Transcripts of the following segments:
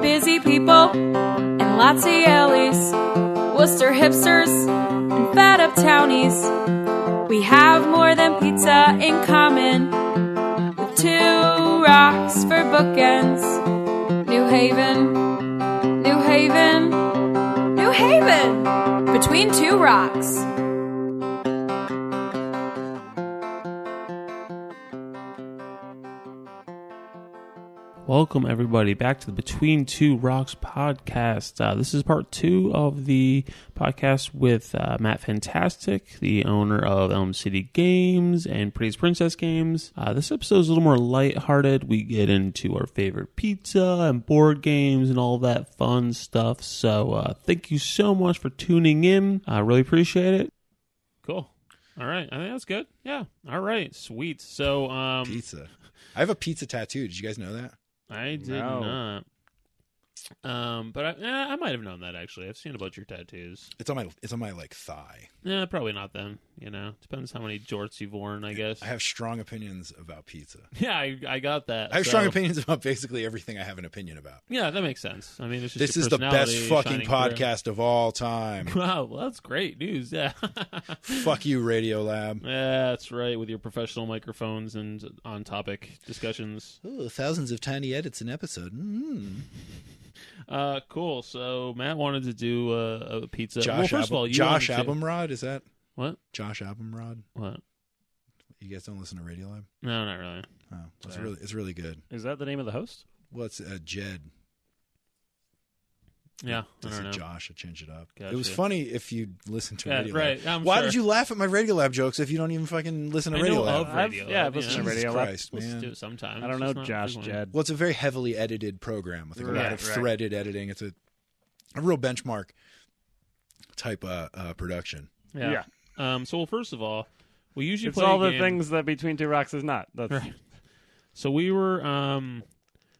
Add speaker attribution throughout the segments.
Speaker 1: Busy people and lots of yellies, Worcester hipsters and fat up townies. We have more than pizza in common. With two rocks for bookends, New Haven, New Haven, New Haven, between two rocks.
Speaker 2: Welcome, everybody, back to the Between Two Rocks podcast. Uh, this is part two of the podcast with uh, Matt Fantastic, the owner of Elm City Games and Pretty's Princess Games. Uh, this episode is a little more lighthearted. We get into our favorite pizza and board games and all that fun stuff. So, uh, thank you so much for tuning in. I really appreciate it. Cool. All right. I think that's good. Yeah. All right. Sweet. So, um,
Speaker 3: Pizza. I have a pizza tattoo. Did you guys know that?
Speaker 2: I did
Speaker 4: No.
Speaker 2: not. Um, but I, eh, I might have known that actually. I've seen a bunch of your tattoos.
Speaker 3: It's on my it's on my like thigh.
Speaker 2: Nah, probably not them. You know, depends how many jorts you've worn, I guess.
Speaker 3: I have strong opinions about pizza.
Speaker 2: yeah, I, I got that.
Speaker 3: I have
Speaker 2: so-
Speaker 3: strong opinions about basically everything I have an opinion about.
Speaker 2: Yeah, that makes sense. I mean, it's just
Speaker 3: This
Speaker 2: your
Speaker 3: is the best
Speaker 2: personality shining
Speaker 3: fucking
Speaker 2: through.
Speaker 3: podcast of all time.
Speaker 2: Wow, well, that's great news. Yeah,
Speaker 3: Fuck you, Radio Lab.
Speaker 2: Yeah, that's right. With your professional microphones and on-topic discussions.
Speaker 3: Ooh, thousands of tiny edits an episode. Mm.
Speaker 2: Uh, cool. So Matt wanted to do a, a pizza.
Speaker 3: Josh,
Speaker 2: well, first of
Speaker 3: Ab-
Speaker 2: all, you
Speaker 3: Josh
Speaker 2: wanted to-
Speaker 3: Abumrod is that
Speaker 2: What?
Speaker 3: Josh Abumrod?
Speaker 2: What?
Speaker 3: You guys don't listen to Radio Lab?
Speaker 2: No, not really.
Speaker 3: Oh, it's
Speaker 4: Yeah.
Speaker 3: really it's really good.
Speaker 4: Is that the name of the host?
Speaker 3: Well, it's uh, Jed.
Speaker 2: Yeah, I
Speaker 3: I
Speaker 2: don't know.
Speaker 3: said Josh. I changed it up. It was
Speaker 2: Gotcha.
Speaker 3: funny if you listened to
Speaker 2: Yeah,
Speaker 3: Radio Lab.
Speaker 2: right. I'm
Speaker 3: Why
Speaker 2: sure.
Speaker 3: did you laugh at my Radio Lab jokes if you don't even fucking listen to
Speaker 2: I
Speaker 3: Radio
Speaker 2: know
Speaker 3: Lab?
Speaker 2: of
Speaker 4: I've-
Speaker 2: Radio
Speaker 4: yeah,
Speaker 2: Lab,
Speaker 4: I've
Speaker 2: yeah.
Speaker 4: listened to
Speaker 3: Jesus
Speaker 4: Radio Lab.
Speaker 3: Christ,
Speaker 2: Let's
Speaker 3: man.
Speaker 2: do it sometimes.
Speaker 4: I don't
Speaker 2: It's
Speaker 4: know,
Speaker 2: not
Speaker 4: Josh
Speaker 2: frequent.
Speaker 4: Jed.
Speaker 3: Well, it's a very heavily edited program with a lot
Speaker 4: Right,
Speaker 3: of
Speaker 4: right.
Speaker 3: threaded editing. It's a, a real benchmark type uh, uh, production.
Speaker 2: Yeah. Um. So, well, first of all, we usually
Speaker 4: It's
Speaker 2: play
Speaker 4: all
Speaker 2: a
Speaker 4: the
Speaker 2: game-
Speaker 4: things that Between Two Rocks is not. That's
Speaker 2: Right. So we were um,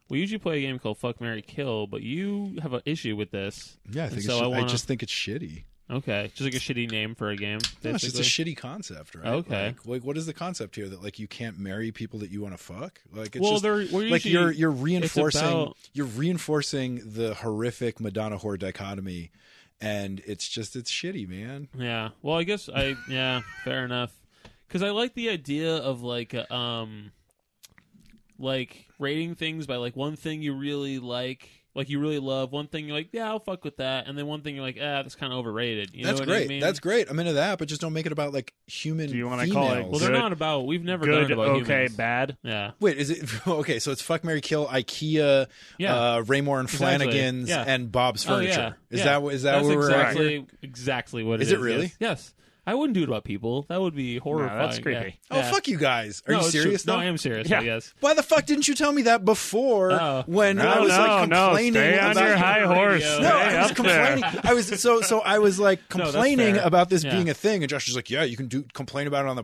Speaker 2: we usually play a game called Fuck Mary Kill, but you have an issue with this.
Speaker 3: Yeah, I think
Speaker 2: so
Speaker 3: it's,
Speaker 2: I
Speaker 3: I,
Speaker 2: wanna-
Speaker 3: just think it's shitty.
Speaker 2: Okay, just like a shitty name for a game.
Speaker 3: No, it's just a
Speaker 2: basically.
Speaker 3: shitty concept, right?
Speaker 2: Okay.
Speaker 3: Like, like, what is the concept here that like you can't marry people that you want to fuck? Like, it's
Speaker 2: well,
Speaker 3: just,
Speaker 2: they're we're
Speaker 3: like
Speaker 2: usually-
Speaker 3: you're you're reinforcing
Speaker 2: about-
Speaker 3: you're reinforcing the horrific Madonna whore dichotomy, and it's just it's shitty, man.
Speaker 2: Yeah. Well, I guess I yeah, fair enough. Cuz I like the idea of like a, um like rating things by like one thing you really like, like you really love, one thing you're like, yeah, I'll fuck with that, and then one thing you're like, ah, that's kind of overrated. You
Speaker 3: That's
Speaker 2: know what
Speaker 3: great.
Speaker 2: I mean?
Speaker 3: That's great. I'm into that, but just don't make it about like human.
Speaker 4: Do you
Speaker 3: want to
Speaker 4: call it-
Speaker 2: Well, they're
Speaker 4: Good.
Speaker 2: not about. We've never done
Speaker 4: good,
Speaker 2: it about
Speaker 4: okay,
Speaker 2: humans.
Speaker 4: bad.
Speaker 2: Yeah.
Speaker 3: Wait, is it okay? So it's fuck Mary Kill, IKEA,
Speaker 2: Yeah.
Speaker 3: uh, Raymore and
Speaker 2: Exactly.
Speaker 3: Flanagan's,
Speaker 2: Yeah.
Speaker 3: and Bob's
Speaker 2: Oh, yeah.
Speaker 3: Furniture. Is
Speaker 2: Yeah.
Speaker 3: that what- is that
Speaker 2: that's
Speaker 3: where we're at?
Speaker 2: exactly
Speaker 3: here?
Speaker 2: exactly what
Speaker 3: Is
Speaker 2: it
Speaker 3: it really?
Speaker 2: Yes. Yes. I wouldn't do it about people. That would be horrifying.
Speaker 4: creepy.
Speaker 2: Yeah.
Speaker 3: Oh
Speaker 2: Yeah.
Speaker 3: fuck you guys! Are
Speaker 2: No,
Speaker 3: you
Speaker 2: it's true.
Speaker 3: serious? though?
Speaker 2: No, I am serious.
Speaker 4: Yeah.
Speaker 2: I guess.
Speaker 3: Why the fuck didn't you tell me that before
Speaker 2: Oh.
Speaker 3: when
Speaker 4: No,
Speaker 3: I was
Speaker 4: no,
Speaker 3: like
Speaker 4: no.
Speaker 3: complaining
Speaker 4: Stay on
Speaker 3: about
Speaker 4: your high
Speaker 2: Radio.
Speaker 4: horse.
Speaker 2: No,
Speaker 3: No,
Speaker 4: Stay
Speaker 3: I was
Speaker 4: up
Speaker 3: complaining.
Speaker 4: there.
Speaker 3: I was so so. I was like
Speaker 2: No, that's
Speaker 3: complaining
Speaker 2: fair.
Speaker 3: about this
Speaker 2: Yeah.
Speaker 3: being a thing, and Josh was like, "Yeah, you can do complain about it on
Speaker 2: no,
Speaker 3: the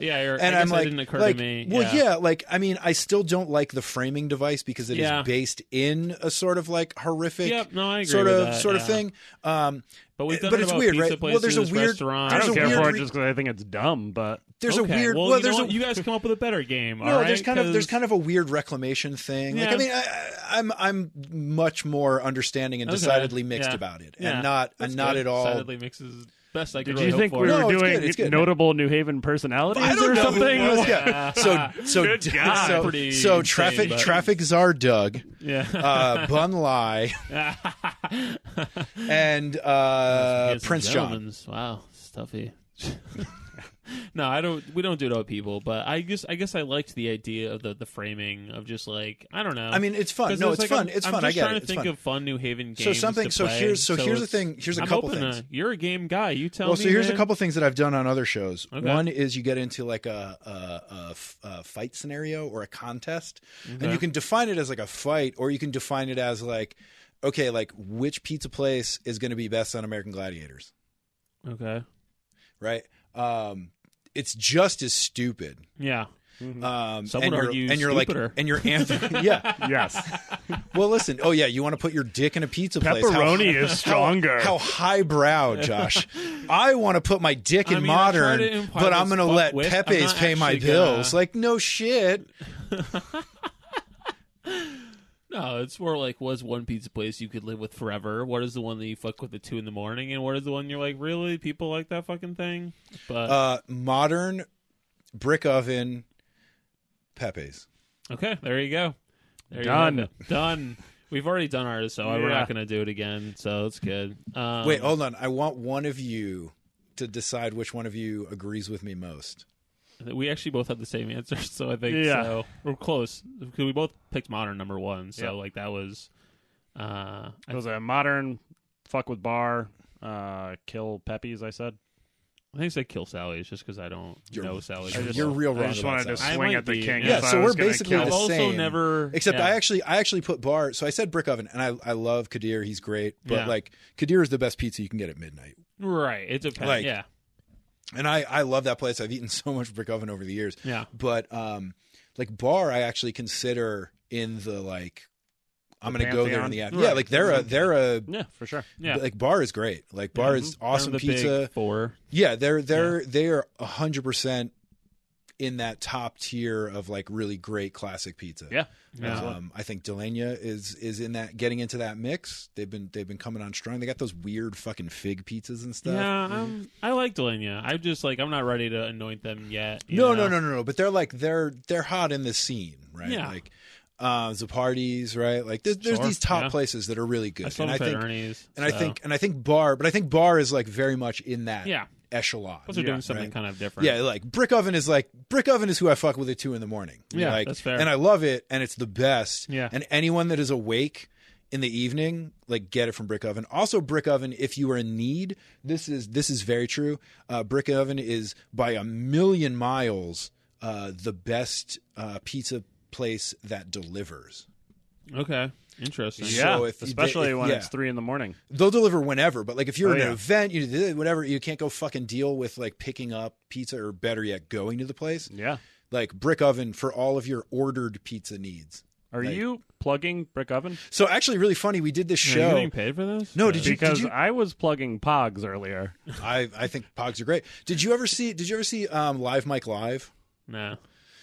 Speaker 2: no. Yeah, you're- I guess
Speaker 3: and am
Speaker 2: that
Speaker 3: like,
Speaker 2: didn't occur to
Speaker 3: like,
Speaker 2: me.
Speaker 3: Well,
Speaker 2: Yeah.
Speaker 3: yeah. like I mean, I still don't like the framing device because it is
Speaker 2: Yeah.
Speaker 3: based in a sort of like horrific,
Speaker 2: Yep, no, I agree
Speaker 3: sort
Speaker 2: with
Speaker 3: of
Speaker 2: that,
Speaker 3: sort
Speaker 2: yeah.
Speaker 3: of thing. Um,
Speaker 2: But we've
Speaker 3: Uh,
Speaker 2: done
Speaker 3: but
Speaker 2: it
Speaker 3: it's
Speaker 2: about
Speaker 3: weird,
Speaker 2: pizza
Speaker 3: right?
Speaker 2: places,
Speaker 3: Well, there's a weird-
Speaker 2: restaurants.
Speaker 4: I
Speaker 3: There's
Speaker 4: don't
Speaker 3: a
Speaker 4: care
Speaker 3: weird
Speaker 4: for it
Speaker 3: re-
Speaker 4: just because I think it's dumb, but
Speaker 3: there's
Speaker 2: Okay,
Speaker 3: a weird.
Speaker 2: Well,
Speaker 3: Well,
Speaker 2: you
Speaker 3: there's
Speaker 2: know
Speaker 3: a
Speaker 2: what? you guys come up with a better game.
Speaker 3: no,
Speaker 2: all right?
Speaker 3: there's kind of there's
Speaker 2: 'Cause-
Speaker 3: kind of a weird reclamation thing. Like
Speaker 2: Yeah.
Speaker 3: I mean, I, I- I'm I'm much more understanding and
Speaker 2: Okay.
Speaker 3: decidedly mixed
Speaker 2: Yeah.
Speaker 3: about it,
Speaker 2: Yeah.
Speaker 3: and not
Speaker 2: That's
Speaker 3: and not
Speaker 2: good.
Speaker 3: at all.
Speaker 2: Sadly, mixes best I could
Speaker 4: did
Speaker 2: really
Speaker 4: you
Speaker 2: hope
Speaker 4: think
Speaker 2: for.
Speaker 4: we
Speaker 3: No,
Speaker 4: were
Speaker 3: it's
Speaker 4: doing
Speaker 3: good, it's good.
Speaker 4: notable New Haven personalities
Speaker 3: I don't
Speaker 4: or
Speaker 3: know who
Speaker 4: something?
Speaker 3: it was. Yeah. So so
Speaker 4: Good God.
Speaker 3: so,
Speaker 2: Pretty
Speaker 3: so
Speaker 2: insane,
Speaker 3: traffic
Speaker 2: but-
Speaker 3: traffic czar Doug,
Speaker 2: yeah.
Speaker 3: uh, Bun Lai, and uh,
Speaker 2: Yes,
Speaker 3: Prince John.
Speaker 2: gentlemen's. Wow, stuffy. no, I don't. We don't do it about people, but I guess I guess I liked the idea of the, the framing of just like I don't know.
Speaker 3: I mean, it's fun.
Speaker 2: 'Cause
Speaker 3: No, it's
Speaker 2: like,
Speaker 3: fun.
Speaker 2: I'm-
Speaker 3: it's
Speaker 2: I'm
Speaker 3: fun.
Speaker 2: Just
Speaker 3: I get
Speaker 2: trying
Speaker 3: it.
Speaker 2: to
Speaker 3: It's
Speaker 2: think
Speaker 3: fun.
Speaker 2: of fun New Haven games.
Speaker 3: so something.
Speaker 2: To
Speaker 3: So
Speaker 2: play,
Speaker 3: here's so, here's the
Speaker 2: it's-
Speaker 3: thing. Here's a
Speaker 2: I'm
Speaker 3: couple
Speaker 2: open to-
Speaker 3: things.
Speaker 2: you're a game guy. You tell
Speaker 3: Well,
Speaker 2: me.
Speaker 3: so here's
Speaker 2: man.
Speaker 3: a couple things that I've done on other shows.
Speaker 2: Okay.
Speaker 3: One is you get into like a, a- a f- a fight scenario or a contest, and you can define it as like a fight, or you can define it as like, okay, like which pizza place is going to be best on American Gladiators,
Speaker 2: Okay.
Speaker 3: right? Um, it's just as stupid.
Speaker 2: Yeah.
Speaker 3: Um,
Speaker 2: Mm-hmm. Some
Speaker 3: and
Speaker 2: would
Speaker 3: you're,
Speaker 2: argue
Speaker 3: and you're like,
Speaker 2: stupider.
Speaker 3: and you're anthem. yeah.
Speaker 4: Yes.
Speaker 3: Well, listen. Oh yeah, you want to put your dick in a pizza place? How-
Speaker 4: Pepperoni is stronger.
Speaker 3: How highbrow, Josh. I want to put my dick in
Speaker 2: I mean, I try
Speaker 3: modern,
Speaker 2: to imply
Speaker 3: but I'm
Speaker 2: this
Speaker 3: going to let
Speaker 2: fuckwit. I'm
Speaker 3: Pepe's
Speaker 2: not
Speaker 3: pay my
Speaker 2: actually gonna-
Speaker 3: bills. Like, no shit.
Speaker 2: No, it's more like what's one pizza place you could live with forever? What is the one that you fuck with at two in the morning? And what is the one you're like, really? People like that fucking thing? But
Speaker 3: Uh, modern brick oven Pepe's.
Speaker 2: okay, there you go. There you
Speaker 4: Done.
Speaker 2: have it. Done. We've already done ours, so we're
Speaker 4: Yeah.
Speaker 2: not going to do it again. So it's good. Um,
Speaker 3: Wait, oh. hold on. I want one of you to decide which one of you agrees with me most.
Speaker 2: we actually both had the same answer, so I think
Speaker 4: Yeah.
Speaker 2: so. We're close because we both picked modern number one. So
Speaker 4: Yeah.
Speaker 2: like that was. Uh, I
Speaker 4: It was a modern fuck with bar, uh, kill Peppies. I said.
Speaker 2: I think I said kill Sally's just because I don't
Speaker 3: You're-
Speaker 2: know Sally's.
Speaker 3: you're-
Speaker 2: very
Speaker 3: you're
Speaker 2: well.
Speaker 3: real
Speaker 4: I
Speaker 3: wrong
Speaker 4: just
Speaker 3: about
Speaker 4: wanted to
Speaker 3: that.
Speaker 2: I
Speaker 4: swing
Speaker 2: might
Speaker 4: at the
Speaker 2: be,
Speaker 4: king.
Speaker 2: yeah.
Speaker 4: if
Speaker 3: Yeah,
Speaker 4: I
Speaker 3: so
Speaker 4: was
Speaker 3: we're
Speaker 4: gonna
Speaker 3: basically
Speaker 4: kill.
Speaker 2: I've
Speaker 3: the
Speaker 2: also
Speaker 3: same,
Speaker 2: never.
Speaker 3: Except
Speaker 2: yeah.
Speaker 3: I actually I actually put bar. So I said brick oven, and I I love Kadir. He's great, but
Speaker 2: Yeah.
Speaker 3: like Kadir is the best pizza you can get at midnight.
Speaker 2: Right. It depends.
Speaker 3: Like-
Speaker 2: yeah.
Speaker 3: and I I love that place. I've eaten so much brick oven over the years.
Speaker 2: Yeah.
Speaker 3: But um, like bar, I actually consider in the like I'm
Speaker 4: The
Speaker 3: gonna go there in
Speaker 4: pantheon?
Speaker 3: the end.
Speaker 2: Right.
Speaker 3: Yeah, like they're a they're a
Speaker 4: Yeah, for sure.
Speaker 2: Yeah.
Speaker 3: like bar is great. Like bar is
Speaker 2: One of
Speaker 3: awesome
Speaker 2: the big
Speaker 3: pizza.
Speaker 2: four.
Speaker 3: Yeah, they're they're they are hundred percent in that top tier of like really great classic pizza.
Speaker 4: Yeah. absolutely.
Speaker 3: Um, I think Delania is is in that getting into that mix. They've been they've been coming on strong. They got those weird fucking fig pizzas and stuff.
Speaker 2: Yeah, I'm, I like Delania. I'm just like I'm not ready to anoint them yet. you
Speaker 3: No,
Speaker 2: know?
Speaker 3: no, no, no, no. But they're like they're they're hot in the scene, right?
Speaker 2: Yeah.
Speaker 3: Like uh Zapardi's, right? Like there's, there's
Speaker 2: Sure,
Speaker 3: these top
Speaker 2: yeah.
Speaker 3: places that are really good.
Speaker 2: I saw
Speaker 3: and I
Speaker 2: them at
Speaker 3: think
Speaker 2: Ernie's,
Speaker 3: and I
Speaker 2: so-
Speaker 3: think and I think bar, but I think bar is like very much in that
Speaker 2: yeah,
Speaker 3: echelon.
Speaker 2: plus they're doing
Speaker 4: right.
Speaker 2: something kind of different.
Speaker 3: Yeah, like brick oven is like brick oven is who I fuck with at two in the morning.
Speaker 2: Yeah,
Speaker 3: like,
Speaker 2: that's fair.
Speaker 3: And I love it, and it's the best.
Speaker 2: Yeah.
Speaker 3: and anyone that is awake in the evening, like get it from brick oven. Also, brick oven, if you are in need, this is this is very true. Uh, brick oven is by a million miles uh, the best uh, pizza place that delivers.
Speaker 2: Okay. Interesting.
Speaker 3: Yeah.
Speaker 4: Yeah,
Speaker 3: so if you did-
Speaker 4: especially
Speaker 3: if-
Speaker 4: when
Speaker 3: yeah.
Speaker 4: it's three in the morning.
Speaker 3: They'll deliver whenever, but like if you're
Speaker 4: Oh,
Speaker 3: at an
Speaker 4: yeah.
Speaker 3: event, you do whatever, you can't go fucking deal with like picking up pizza or better yet, going to the place
Speaker 4: Yeah.
Speaker 3: like brick oven for all of your ordered pizza needs.
Speaker 4: Are
Speaker 3: Like-
Speaker 4: you plugging Brick Oven?
Speaker 3: So actually, really funny. We did this
Speaker 2: Are you
Speaker 3: show.
Speaker 2: getting paid for this?
Speaker 3: no,
Speaker 2: Uh,
Speaker 3: did you?
Speaker 4: Because
Speaker 3: did you
Speaker 4: I was plugging Pogs earlier.
Speaker 3: I, I think Pogs are great. Did you ever see? Did you ever see um, Live Mike Live?
Speaker 2: No.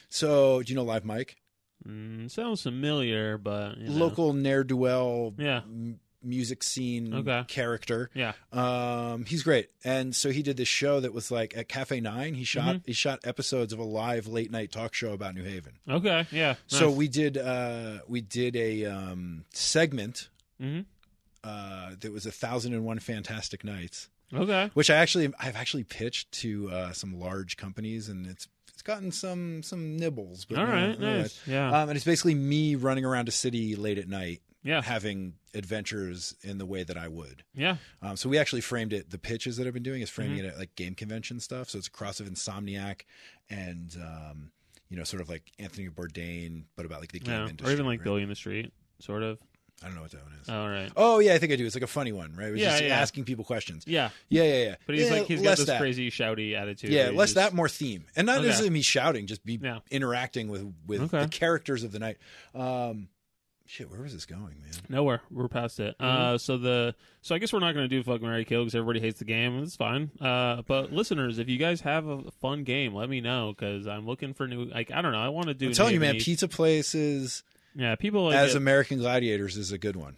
Speaker 3: So do you know Live Mike?
Speaker 2: Mm, sounds familiar, but you know.
Speaker 3: Local ne'er do well
Speaker 2: Yeah.
Speaker 3: m- music scene
Speaker 2: Okay.
Speaker 3: character.
Speaker 2: Yeah.
Speaker 3: Um, he's great. And so he did this show that was like at Cafe Nine. He shot
Speaker 2: Mm-hmm.
Speaker 3: he shot episodes of a live late night talk show about New Haven.
Speaker 2: Okay. Yeah.
Speaker 3: So we did uh, we did a um, segment
Speaker 2: hmm
Speaker 3: uh, that was a thousand and one fantastic nights,
Speaker 2: Okay.
Speaker 3: which I actually I've actually pitched to uh, some large companies, and it's it's gotten some some nibbles. But
Speaker 2: All right.
Speaker 3: yeah, yeah.
Speaker 2: Nice. Yeah.
Speaker 3: Um, and it's basically me running around a city late at night,
Speaker 2: yeah.
Speaker 3: having adventures in the way that I would.
Speaker 2: Yeah.
Speaker 3: Um, so we actually framed it. The pitches that I've been doing is framing
Speaker 2: Mm-hmm.
Speaker 3: it at like game convention stuff. So it's a cross of Insomniac and um, you know sort of like Anthony Bourdain, but about like the game
Speaker 2: Yeah.
Speaker 3: industry,
Speaker 2: Or even like
Speaker 3: right?
Speaker 2: Billy in the Street, sort of.
Speaker 3: I don't know what that one is.
Speaker 2: All right.
Speaker 3: Oh yeah, I think I do. It's like a funny one, right? It was
Speaker 2: Yeah,
Speaker 3: just
Speaker 2: yeah.
Speaker 3: asking people questions.
Speaker 2: Yeah.
Speaker 3: Yeah, yeah, yeah.
Speaker 2: But he's
Speaker 3: yeah,
Speaker 2: like he's got
Speaker 3: less
Speaker 2: this
Speaker 3: that.
Speaker 2: crazy shouty attitude.
Speaker 3: Yeah,
Speaker 2: where he
Speaker 3: less
Speaker 2: just-
Speaker 3: that, more theme, and not
Speaker 2: Okay.
Speaker 3: necessarily me shouting, just be
Speaker 2: Yeah.
Speaker 3: interacting with with
Speaker 2: Okay.
Speaker 3: the characters of the night. Um, shit, where was this going, man?
Speaker 2: Nowhere. We're past it.
Speaker 3: Mm-hmm.
Speaker 2: Uh, so the so I guess we're not going to do fuck Mary Kill because everybody hates the game. It's fine. Uh, but listeners, if you guys have a fun game, let me know because I'm looking for new. Like I don't know. I want to do.
Speaker 3: I'm telling you, man,
Speaker 2: maybe-
Speaker 3: pizza places
Speaker 2: yeah, people like
Speaker 3: as
Speaker 2: it.
Speaker 3: American Gladiators is a good one.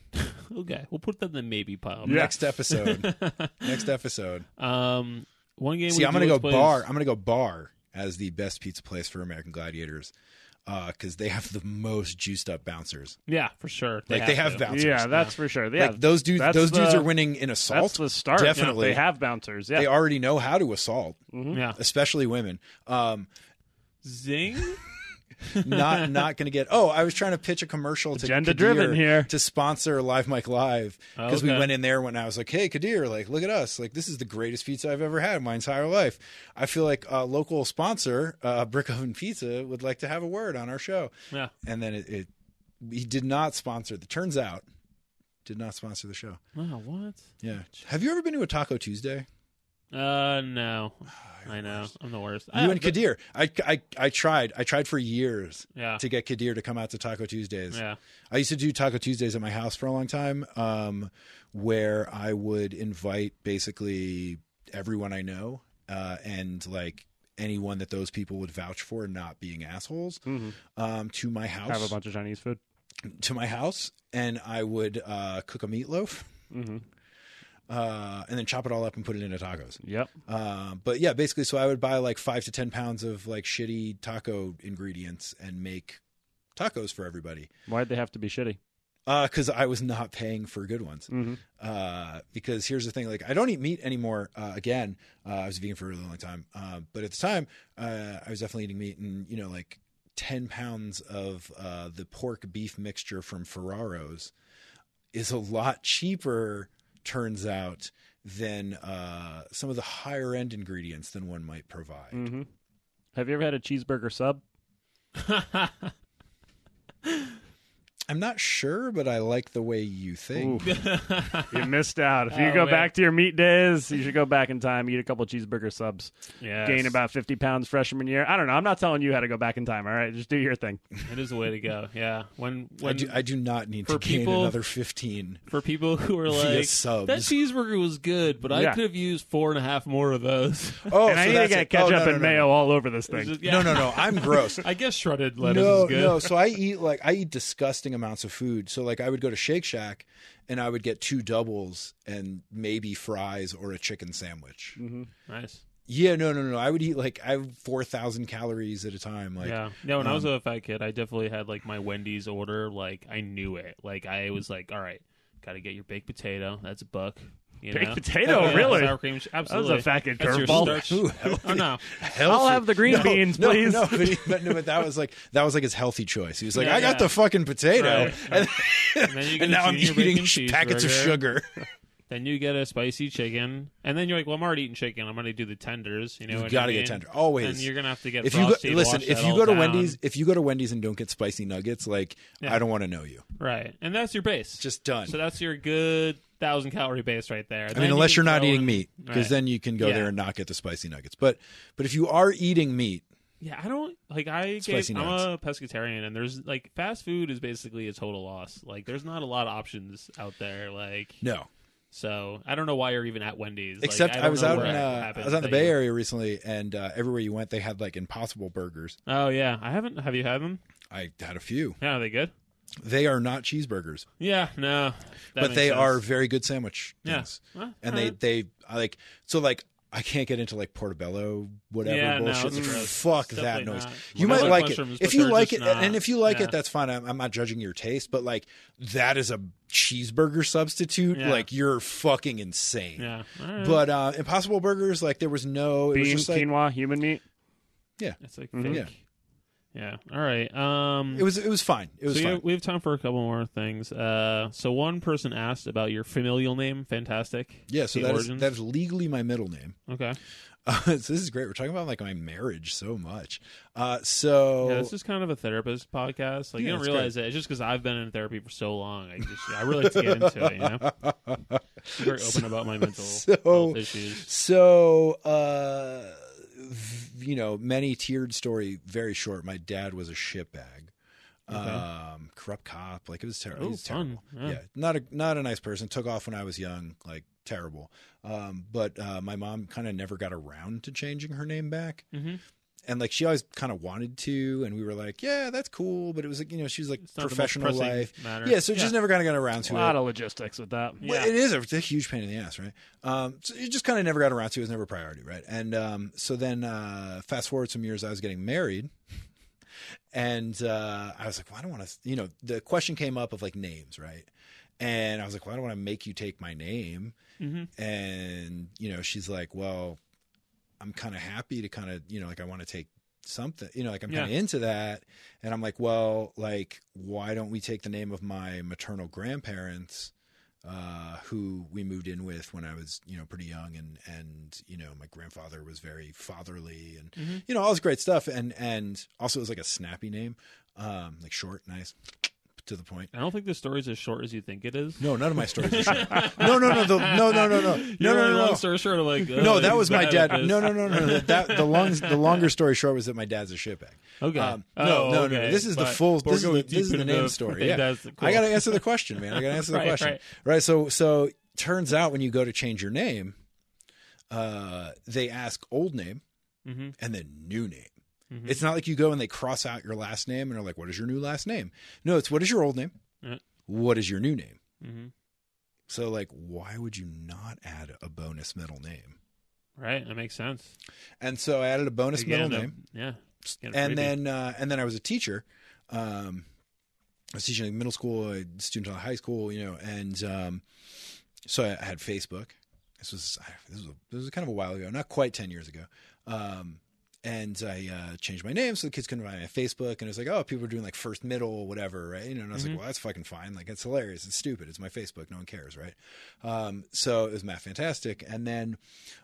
Speaker 2: okay. We'll put that in the maybe pile.
Speaker 4: Yeah.
Speaker 3: Next episode, next episode.
Speaker 2: Um, one game.
Speaker 3: See,
Speaker 2: we
Speaker 3: I'm gonna
Speaker 2: do
Speaker 3: go
Speaker 2: is plays-
Speaker 3: bar. I'm gonna go bar as the best pizza place for American Gladiators because they have the most juiced up bouncers.
Speaker 2: Yeah, for sure.
Speaker 3: Like they have,
Speaker 2: to.
Speaker 3: bouncers.
Speaker 4: yeah, that's for sure. Yeah,
Speaker 3: like those dudes,
Speaker 4: that's
Speaker 3: those dudes
Speaker 4: the-
Speaker 3: are winning in assault.
Speaker 4: That's the start. Yeah,
Speaker 3: Definitely,
Speaker 4: they have bouncers. Yeah,
Speaker 3: They already know how to assault,
Speaker 2: Yeah.
Speaker 3: especially women. Um,
Speaker 2: Zing.
Speaker 3: not not going to get. Oh, I was trying to pitch a commercial to
Speaker 4: Agenda
Speaker 3: Kadir
Speaker 4: driven here.
Speaker 3: to sponsor Live Mike Live because we
Speaker 2: Okay.
Speaker 3: went in there when I was like, "Hey, Kadir, like, look at us! Like, this is the greatest pizza I've ever had in my entire life. I feel like a local sponsor, uh, Brick Oven Pizza, would like to have a word on our show."
Speaker 2: Yeah.
Speaker 3: And then it, it he did not sponsor. The turns out, did not sponsor the show.
Speaker 2: Wow. What?
Speaker 3: Yeah. Have you ever been to a Taco Tuesday?
Speaker 2: Uh, no. I know. I'm the worst. I-
Speaker 3: You and
Speaker 2: but-
Speaker 3: Kadir. I, I, I tried. I tried for years
Speaker 2: Yeah.
Speaker 3: to get Kadir to come out to Taco Tuesdays.
Speaker 2: Yeah.
Speaker 3: I used to do Taco Tuesdays at my house for a long time, um, where I would invite basically everyone I know uh, and like anyone that those people would vouch for not being assholes
Speaker 4: Mhm.
Speaker 3: um, to my
Speaker 4: Have a
Speaker 3: house.
Speaker 4: bunch of Chinese food.
Speaker 3: To my house, and I would uh, cook a meatloaf.
Speaker 4: Mm-hmm.
Speaker 3: Uh, and then chop it all up and put it into tacos.
Speaker 4: Yep.
Speaker 3: Um, but yeah, basically, so I would buy like five to ten pounds of like shitty taco ingredients and make tacos for everybody
Speaker 4: Why'd they have to be shitty?
Speaker 3: because I was not paying for good ones.
Speaker 4: Mm-hmm.
Speaker 3: Uh, because here's the thing, like I don't eat meat anymore. Uh, again, uh, I was vegan for a really long time, uh, but at the time, uh, I was definitely eating meat, and you know, like ten pounds of uh, the pork beef mixture from Ferraro's is a lot cheaper, turns out, than uh, some of the higher end ingredients than one might provide.
Speaker 2: Mm.
Speaker 4: Mm-hmm. Have you ever had a cheeseburger sub?
Speaker 3: I'm not sure, but I like the way you think.
Speaker 4: You missed out. If you
Speaker 2: Oh,
Speaker 4: go
Speaker 2: man.
Speaker 4: back to your meat days, you should go back in time, eat a couple cheeseburger subs,
Speaker 2: Yes.
Speaker 4: gain about 50 pounds freshman year. I don't know. I'm not telling you how to go back in time, all right? Just do your thing.
Speaker 2: It is the way to go. Yeah. When when
Speaker 3: I do, I do not need
Speaker 2: for
Speaker 3: to gain
Speaker 2: people-
Speaker 3: another 15.
Speaker 2: for people who are
Speaker 3: Via
Speaker 2: like
Speaker 3: subs.
Speaker 2: that cheeseburger was good, but I
Speaker 4: Yeah.
Speaker 2: could have used four and a half more of those.
Speaker 3: Oh,
Speaker 4: and I
Speaker 3: so
Speaker 4: need to
Speaker 3: that's it.
Speaker 4: get
Speaker 3: Oh,
Speaker 4: ketchup
Speaker 3: no, no,
Speaker 4: and
Speaker 3: no,
Speaker 4: mayo
Speaker 3: no.
Speaker 4: all over this thing.
Speaker 2: Just- yeah.
Speaker 3: No, no, no. I'm gross.
Speaker 2: I guess shredded lettuce
Speaker 3: no,
Speaker 2: is good.
Speaker 3: No, so I eat like I eat disgusting amounts of food. So like I would go to Shake Shack and I would get two doubles and maybe fries or a chicken sandwich.
Speaker 2: Nice.
Speaker 3: Yeah, no, no, no. I would eat like I have four thousand calories at a time. Like um,
Speaker 2: yeah. No, when I was a fat kid, I definitely had like my Wendy's order. Like I knew it. Like I was like, all right, got to get your baked potato. That's a buck. You
Speaker 4: Baked
Speaker 2: know?
Speaker 4: potato?
Speaker 2: Yeah,
Speaker 4: Really?
Speaker 2: Sour cream.
Speaker 4: that was
Speaker 2: Absolutely.
Speaker 4: a fat kid
Speaker 2: That's your
Speaker 4: curveball.
Speaker 2: starch.
Speaker 3: Ooh,
Speaker 2: Oh no.
Speaker 4: I'll
Speaker 3: healthy.
Speaker 4: have the green
Speaker 3: No,
Speaker 4: beans,
Speaker 3: no,
Speaker 4: please.
Speaker 3: No, but, he- but, no, but that was like that was like his healthy choice. He was like,
Speaker 2: Yeah,
Speaker 3: I got
Speaker 2: yeah.
Speaker 3: the fucking potato,
Speaker 2: Right.
Speaker 3: and,
Speaker 2: And then you get
Speaker 3: and
Speaker 2: a
Speaker 3: now I'm
Speaker 2: junior
Speaker 3: eating
Speaker 2: bacon
Speaker 3: packets of
Speaker 2: cheeseburger.
Speaker 3: sugar.
Speaker 2: Then you get a spicy chicken, and then you're like, "Well, I'm already eating chicken. I'm going to do the tenders." You know,
Speaker 3: You've
Speaker 2: what I
Speaker 3: gotta get
Speaker 2: mean?
Speaker 3: tender. Always.
Speaker 2: And you're going to have to get
Speaker 3: if you go,
Speaker 2: Frosty to
Speaker 3: listen,
Speaker 2: wash
Speaker 3: if
Speaker 2: that
Speaker 3: you
Speaker 2: all
Speaker 3: go to
Speaker 2: down.
Speaker 3: Wendy's, if you go to Wendy's and don't get spicy nuggets, like
Speaker 2: Yeah.
Speaker 3: I don't want to know you.
Speaker 2: right? And that's your base.
Speaker 3: Just done.
Speaker 2: so that's your good thousand calorie base right there.
Speaker 3: I mean, unless you are not eating meat, because
Speaker 2: Right.
Speaker 3: then you can go there
Speaker 2: Yeah.
Speaker 3: and not get the spicy nuggets. But but if you are eating meat,
Speaker 2: Yeah, I don't like. I gave,
Speaker 3: Spicy
Speaker 2: I'm
Speaker 3: nuts.
Speaker 2: a pescatarian, and there's like fast food is basically a total loss. Like, there's not a lot of options out there. Like,
Speaker 3: no.
Speaker 2: so I don't know why you're even at Wendy's. Like,
Speaker 3: Except
Speaker 2: I,
Speaker 3: I,
Speaker 2: don't
Speaker 3: was
Speaker 2: know
Speaker 3: out in
Speaker 2: where it
Speaker 3: uh, I
Speaker 2: happened
Speaker 3: was out in the
Speaker 2: that
Speaker 3: Bay
Speaker 2: you-
Speaker 3: Area recently, and uh, everywhere you went, they had like Impossible Burgers.
Speaker 2: Oh yeah, I haven't. Have you had them?
Speaker 3: I had a few.
Speaker 2: Yeah, are they good?
Speaker 3: They are not cheeseburgers,
Speaker 2: Yeah, no, that
Speaker 3: but
Speaker 2: makes
Speaker 3: they
Speaker 2: sense.
Speaker 3: are very good sandwich
Speaker 2: Yeah. Uh-huh.
Speaker 3: things.
Speaker 2: Well,
Speaker 3: And
Speaker 2: alright.
Speaker 3: they they I like so like. I can't get into like portobello, whatever
Speaker 2: Yeah, no,
Speaker 3: bullshit.
Speaker 2: it's
Speaker 3: Like,
Speaker 2: gross.
Speaker 3: fuck
Speaker 2: It's
Speaker 3: that
Speaker 2: definitely
Speaker 3: noise.
Speaker 2: not.
Speaker 3: You
Speaker 2: Well, I
Speaker 3: might
Speaker 2: like
Speaker 3: like it
Speaker 2: mushrooms, but
Speaker 3: if you
Speaker 2: they're
Speaker 3: like it,
Speaker 2: just not-
Speaker 3: and if you like
Speaker 2: yeah.
Speaker 3: it, that's fine. I'm, I'm not judging your taste, but like that is a cheeseburger substitute.
Speaker 2: Yeah.
Speaker 3: Like you're fucking insane.
Speaker 2: Yeah, alright.
Speaker 3: But uh, Impossible Burgers, like there was no, it was
Speaker 4: Mm-hmm. Bean,
Speaker 3: just like
Speaker 4: quinoa, human meat.
Speaker 2: It's like
Speaker 4: Mhm.
Speaker 2: fake. Yeah. All right. Um.
Speaker 3: Mm, it was it was fine. It was
Speaker 2: so yeah,
Speaker 3: fine.
Speaker 2: we have time for a couple more things. Uh, so one person asked about your familial name, fantastic.
Speaker 3: Yeah, so
Speaker 2: the
Speaker 3: that is,
Speaker 2: origins.
Speaker 3: that is legally my middle name.
Speaker 2: okay.
Speaker 3: Uh, so this is great. We're talking about like my marriage so much. Uh, so
Speaker 2: Yeah, this is kind of a therapist podcast. Like you
Speaker 3: Yeah,
Speaker 2: don't
Speaker 3: it's
Speaker 2: realize it. It's just because I've been in therapy for so long. I just I really like to get into it. You know, I'm very open about my mental
Speaker 3: so-
Speaker 2: health issues.
Speaker 3: So, uh, v- you know, many tiered story, very short. My dad was a shitbag. Um, corrupt cop. Like it was, ter- it
Speaker 2: Oh,
Speaker 3: was
Speaker 2: fun.
Speaker 3: terrible.
Speaker 2: Yeah.
Speaker 3: Yeah. Not a, not a nice person. Took off when I was young, like terrible. Um, but, uh, my mom kind of never got around to changing her name back.
Speaker 2: Mhm.
Speaker 3: And like, she always kind of wanted to, and we were like, yeah, that's cool. But it was like, you know, she was like
Speaker 2: not the most
Speaker 3: professional
Speaker 2: pressing
Speaker 3: life.
Speaker 2: matter.
Speaker 3: Yeah. So just never kind of got around
Speaker 4: A
Speaker 3: to it.
Speaker 4: lot of logistics with that.
Speaker 2: Yeah.
Speaker 3: Well, it is a, it's a huge pain in the ass, right? Um, so you just kind of never got around to it. It was never a priority, right? And um, so then uh, fast forward some years, I was getting married. And uh, I was like, well, I don't want to, you know, the question came up of like names, right? And I was like, well, I don't want to make you take my name.
Speaker 2: Mhm.
Speaker 3: And, you know, she's like, well, I'm kind of happy to kind of, you know, like I want to take something, you know, like I'm kind of
Speaker 2: Yeah.
Speaker 3: into that. And I'm like, well, like, why don't we take the name of my maternal grandparents? uh, who we moved in with when I was, you know, pretty young, and and you know, my grandfather was very fatherly, and
Speaker 2: Mm-hmm.
Speaker 3: you know, all this great stuff, and and also it was like a snappy name, um, like short, nice, to the point.
Speaker 2: I don't think the story's as short as you think it is.
Speaker 3: No, none of my stories are short. No, no, no, the, no, no, no, no, no,
Speaker 2: You're
Speaker 3: no, no,
Speaker 2: One
Speaker 3: no.
Speaker 2: story short of like. oh,
Speaker 3: No, that
Speaker 2: he's
Speaker 3: was my
Speaker 2: bad
Speaker 3: dad.
Speaker 2: at this.
Speaker 3: No, no, no, no. no. That the long, the longer story short was that my dad's a shitbag.
Speaker 2: Okay.
Speaker 3: Um, no,
Speaker 2: Oh,
Speaker 3: no, no,
Speaker 2: okay.
Speaker 3: no. This is the
Speaker 2: But
Speaker 3: full.
Speaker 2: we're
Speaker 3: This is the,
Speaker 2: going
Speaker 3: this is
Speaker 2: deep
Speaker 3: the
Speaker 2: into
Speaker 3: name
Speaker 2: the-
Speaker 3: story. Yeah,
Speaker 2: That's cool.
Speaker 3: I got to answer the question, man. I got to answer the
Speaker 2: Right,
Speaker 3: question.
Speaker 2: right.
Speaker 3: Right. So, so turns out when you go to change your name, uh, they ask old name
Speaker 2: Mhm.
Speaker 3: and then new name.
Speaker 2: Mhm.
Speaker 3: It's not like you go and they cross out your last name and are like, "What is your new last name?" No, it's what is your old name.
Speaker 2: Yeah.
Speaker 3: What is your new name?
Speaker 2: Mhm.
Speaker 3: So, like, why would you not add a bonus middle name?
Speaker 2: Right, that makes sense.
Speaker 3: And so I added a bonus
Speaker 2: You get
Speaker 3: middle
Speaker 2: it,
Speaker 3: name.
Speaker 2: Yeah. Just get it freebie.
Speaker 3: and then uh, and then I was a teacher. Um, I was teaching like middle school, uh, student out of high school, you know, and um, so I, I had Facebook. This was this was, this was kind of a while ago, not quite ten years ago. Um, and I uh, changed my name so the kids couldn't find me on Facebook. And it was like, oh, people are doing like first, middle, whatever, right? You know, and I was
Speaker 2: Mhm.
Speaker 3: like, well, that's fucking fine. Like, it's hilarious. It's stupid. It's my Facebook. No one cares, right? Um, so it was Matt Fantastic. And then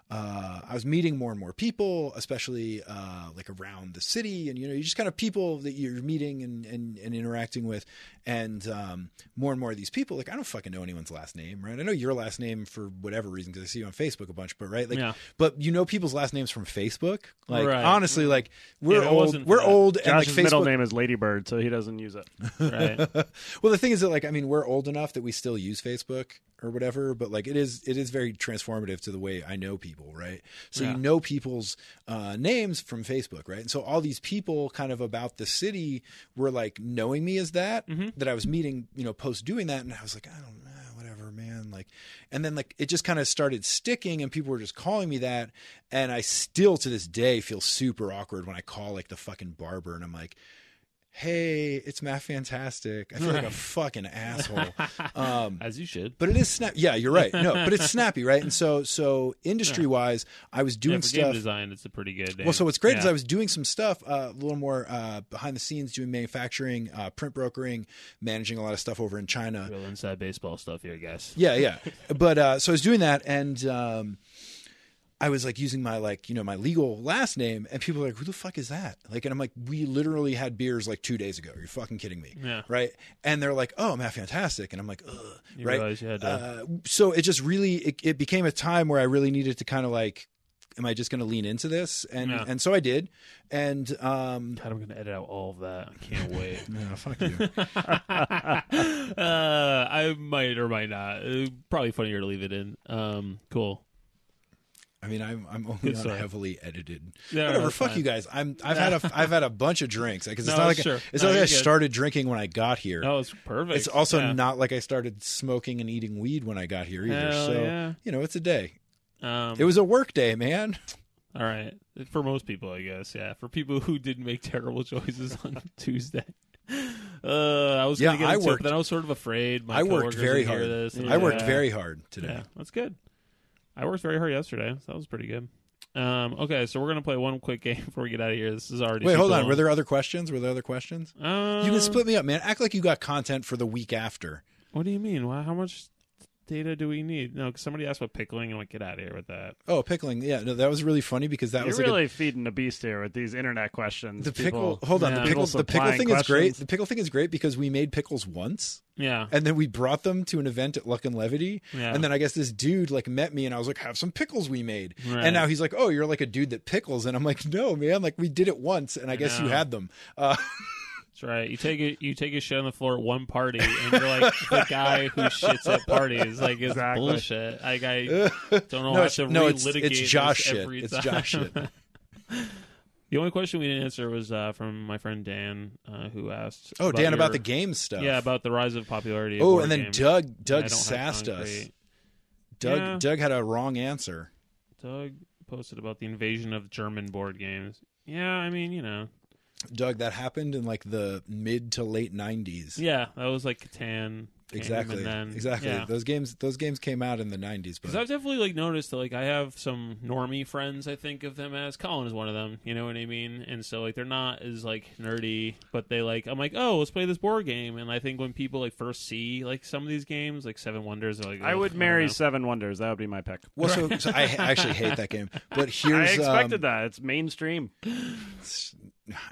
Speaker 3: uh, I was meeting more and more people, especially uh, like around the city. And, you know, you just kind of people that you're meeting and, and, and interacting with. And um, more and more of these people, like, I don't fucking know anyone's last name, right? I know your last name for whatever reason because I see you on Facebook a bunch, but right? Like,
Speaker 2: yeah.
Speaker 3: but you know people's last names from Facebook. Like
Speaker 2: Right.
Speaker 3: honestly, like we're
Speaker 2: Yeah, it wasn't
Speaker 3: old.
Speaker 2: for
Speaker 3: We're
Speaker 2: that.
Speaker 3: old, and like
Speaker 4: Josh's middle
Speaker 3: Facebook.
Speaker 4: name is Ladybird, so he doesn't use it.
Speaker 2: Right.
Speaker 3: well, the thing is that like I mean, we're old enough that we still use Facebook or whatever. But like it is, it is very transformative to the way I know people, right? So
Speaker 2: Yeah.
Speaker 3: you know people's uh, names from Facebook, right? And so all these people kind of about the city were like knowing me as that
Speaker 2: Mhm.
Speaker 3: that I was meeting, you know, post doing that, and I was like, I don't know, whatever, man. Like, and then like it just kind of started sticking, and people were just calling me that, and I still to this day feel super awkward when I call like the fucking barber, and I'm like. Hey, it's Matt Fantastic. I feel like a
Speaker 2: Right.
Speaker 3: fucking asshole. Um,
Speaker 2: As you should.
Speaker 3: but it is snap. Yeah, you're right. No, but it's snappy, right? And so, so industry wise, I was
Speaker 2: Yeah,
Speaker 3: doing
Speaker 2: for game
Speaker 3: stuff.
Speaker 2: design, it's a pretty good.
Speaker 3: Well, so what's great is
Speaker 2: yeah.
Speaker 3: I was doing some stuff, uh, a little more uh, behind the scenes, doing manufacturing, uh, print brokering, managing a lot of stuff over in China.
Speaker 2: real inside baseball stuff here, guys.
Speaker 3: Yeah, yeah. But uh, so I was doing that, and um, I was like using my like you know my legal last name, and people were like, "Who the fuck is that?" Like, and I'm like, "We literally had beers like two days ago. Are you fucking kidding me?"
Speaker 2: Yeah.
Speaker 3: Right? And they're like, "Oh, Matt, fantastic," and I'm like, "Ugh."
Speaker 2: You
Speaker 3: right?
Speaker 2: realize you had to-
Speaker 3: Uh, so it just really it, it became a time where I really needed to kind of like. Am I just going to lean into this? And
Speaker 2: Yeah.
Speaker 3: and so I did, and um,
Speaker 2: God, I'm going to edit out all of that. I can't wait.
Speaker 3: no, fuck you.
Speaker 2: uh, I might or might not. Uh, Probably funnier to leave it in. Um, cool.
Speaker 3: I mean, I'm I'm only
Speaker 2: Good
Speaker 3: on
Speaker 2: story.
Speaker 3: heavily edited.
Speaker 2: Yeah,
Speaker 3: Whatever,
Speaker 2: that's
Speaker 3: fuck
Speaker 2: fine.
Speaker 3: you guys. I'm I've had a I've had a bunch of drinks because
Speaker 2: No,
Speaker 3: it's not like
Speaker 2: sure.
Speaker 3: it's
Speaker 2: No,
Speaker 3: not like
Speaker 2: you're
Speaker 3: I
Speaker 2: good.
Speaker 3: started drinking when I got here.
Speaker 2: No, it's perfect.
Speaker 3: it's also
Speaker 2: Yeah.
Speaker 3: not like I started smoking and eating weed when I got here either.
Speaker 2: Hell
Speaker 3: so
Speaker 2: yeah.
Speaker 3: you know, it's a day.
Speaker 2: Um,
Speaker 3: It was a work day, man.
Speaker 2: all right for most people, I guess. Yeah, for people who didn't make terrible choices on Tuesday. Uh, I was
Speaker 3: Yeah,
Speaker 2: gonna get
Speaker 3: I
Speaker 2: into it,
Speaker 3: worked-
Speaker 2: but then I was sort of afraid. My
Speaker 3: I worked
Speaker 2: coworkers
Speaker 3: very
Speaker 2: would hear
Speaker 3: hard.
Speaker 2: This, and-
Speaker 3: I worked
Speaker 2: Yeah.
Speaker 3: very hard today.
Speaker 2: Yeah, that's good. I worked very hard yesterday. So that was pretty good. Um, okay, so we're gonna play one quick game before we get out of here. This is already
Speaker 3: Wait,
Speaker 2: too
Speaker 3: hold on.
Speaker 2: long.
Speaker 3: Were there other questions? Were there other questions?
Speaker 2: Uh,
Speaker 3: you can split me up, man. Act like you got content for the week after.
Speaker 2: What do you mean? Why, how much data do we need? No, 'cause somebody asked about pickling, and like, get out of here with that.
Speaker 3: Oh, pickling. Yeah, no, that was really funny because that
Speaker 4: You're
Speaker 3: was like a-
Speaker 4: really feeding the beast here with these internet questions.
Speaker 3: the
Speaker 4: People-
Speaker 3: pickle. hold on,
Speaker 2: yeah.
Speaker 3: the pickle.
Speaker 4: People
Speaker 3: The pickle
Speaker 4: supplying
Speaker 3: thing is great.
Speaker 4: questions.
Speaker 3: The pickle thing is great because we made pickles once,
Speaker 2: Yeah,
Speaker 3: and then we brought them to an event at Luck and Levity.
Speaker 2: Yeah.
Speaker 3: And then I guess this dude like met me and I was like, have some pickles we made.
Speaker 2: Right.
Speaker 3: And now he's like, oh, you're like a dude that pickles. And I'm like, no, man, like we did it once and I, guess you
Speaker 2: know.
Speaker 3: had them. Uh,
Speaker 2: that's right. You take a you take a shit on the floor at one party, and you're like the guy who shits at parties. Like, it's
Speaker 4: Exactly.
Speaker 2: bullshit. Like, I don't know how
Speaker 3: it's,
Speaker 2: to
Speaker 3: no, it's,
Speaker 2: relitigate
Speaker 3: it's Josh
Speaker 2: this
Speaker 3: shit.
Speaker 2: every
Speaker 3: It's
Speaker 2: time.
Speaker 3: Josh shit.
Speaker 2: The only question we didn't answer was uh, from my friend Dan, uh, who asked.
Speaker 3: Oh, Dan, about
Speaker 2: your-
Speaker 3: the game stuff.
Speaker 2: Yeah, about the rise of popularity. Of
Speaker 3: oh,
Speaker 2: board
Speaker 3: and then
Speaker 2: games. And
Speaker 3: Doug,
Speaker 2: I
Speaker 3: Doug
Speaker 2: don't have
Speaker 3: sassed us.
Speaker 2: concrete.
Speaker 3: Doug,
Speaker 2: Yeah.
Speaker 3: Doug had a wrong answer.
Speaker 2: Doug posted about the invasion of German board games. Yeah, I mean, you know,
Speaker 3: Doug, that happened in like the mid to late '90s.
Speaker 2: yeah, that was like Catan. came,
Speaker 3: exactly.
Speaker 2: and then,
Speaker 3: exactly. Those games, those games came out in the '90s.
Speaker 2: Because
Speaker 3: But
Speaker 2: I've definitely like noticed that like I have some normie friends. I think of them as Colin is one of them. You know what I mean? And so like they're not as like nerdy, but they like I'm like oh let's play this board game. And I think when people like first see like some of these games like Seven Wonders, they're
Speaker 3: Oh,
Speaker 2: like
Speaker 4: I
Speaker 2: "Ugh,
Speaker 4: would
Speaker 2: don't
Speaker 4: marry
Speaker 2: know."
Speaker 4: Seven Wonders. That would be my pick.
Speaker 3: well, so, so I ha- actually hate that game. But
Speaker 4: I
Speaker 3: here's
Speaker 4: expected
Speaker 3: um,
Speaker 4: that. It's mainstream.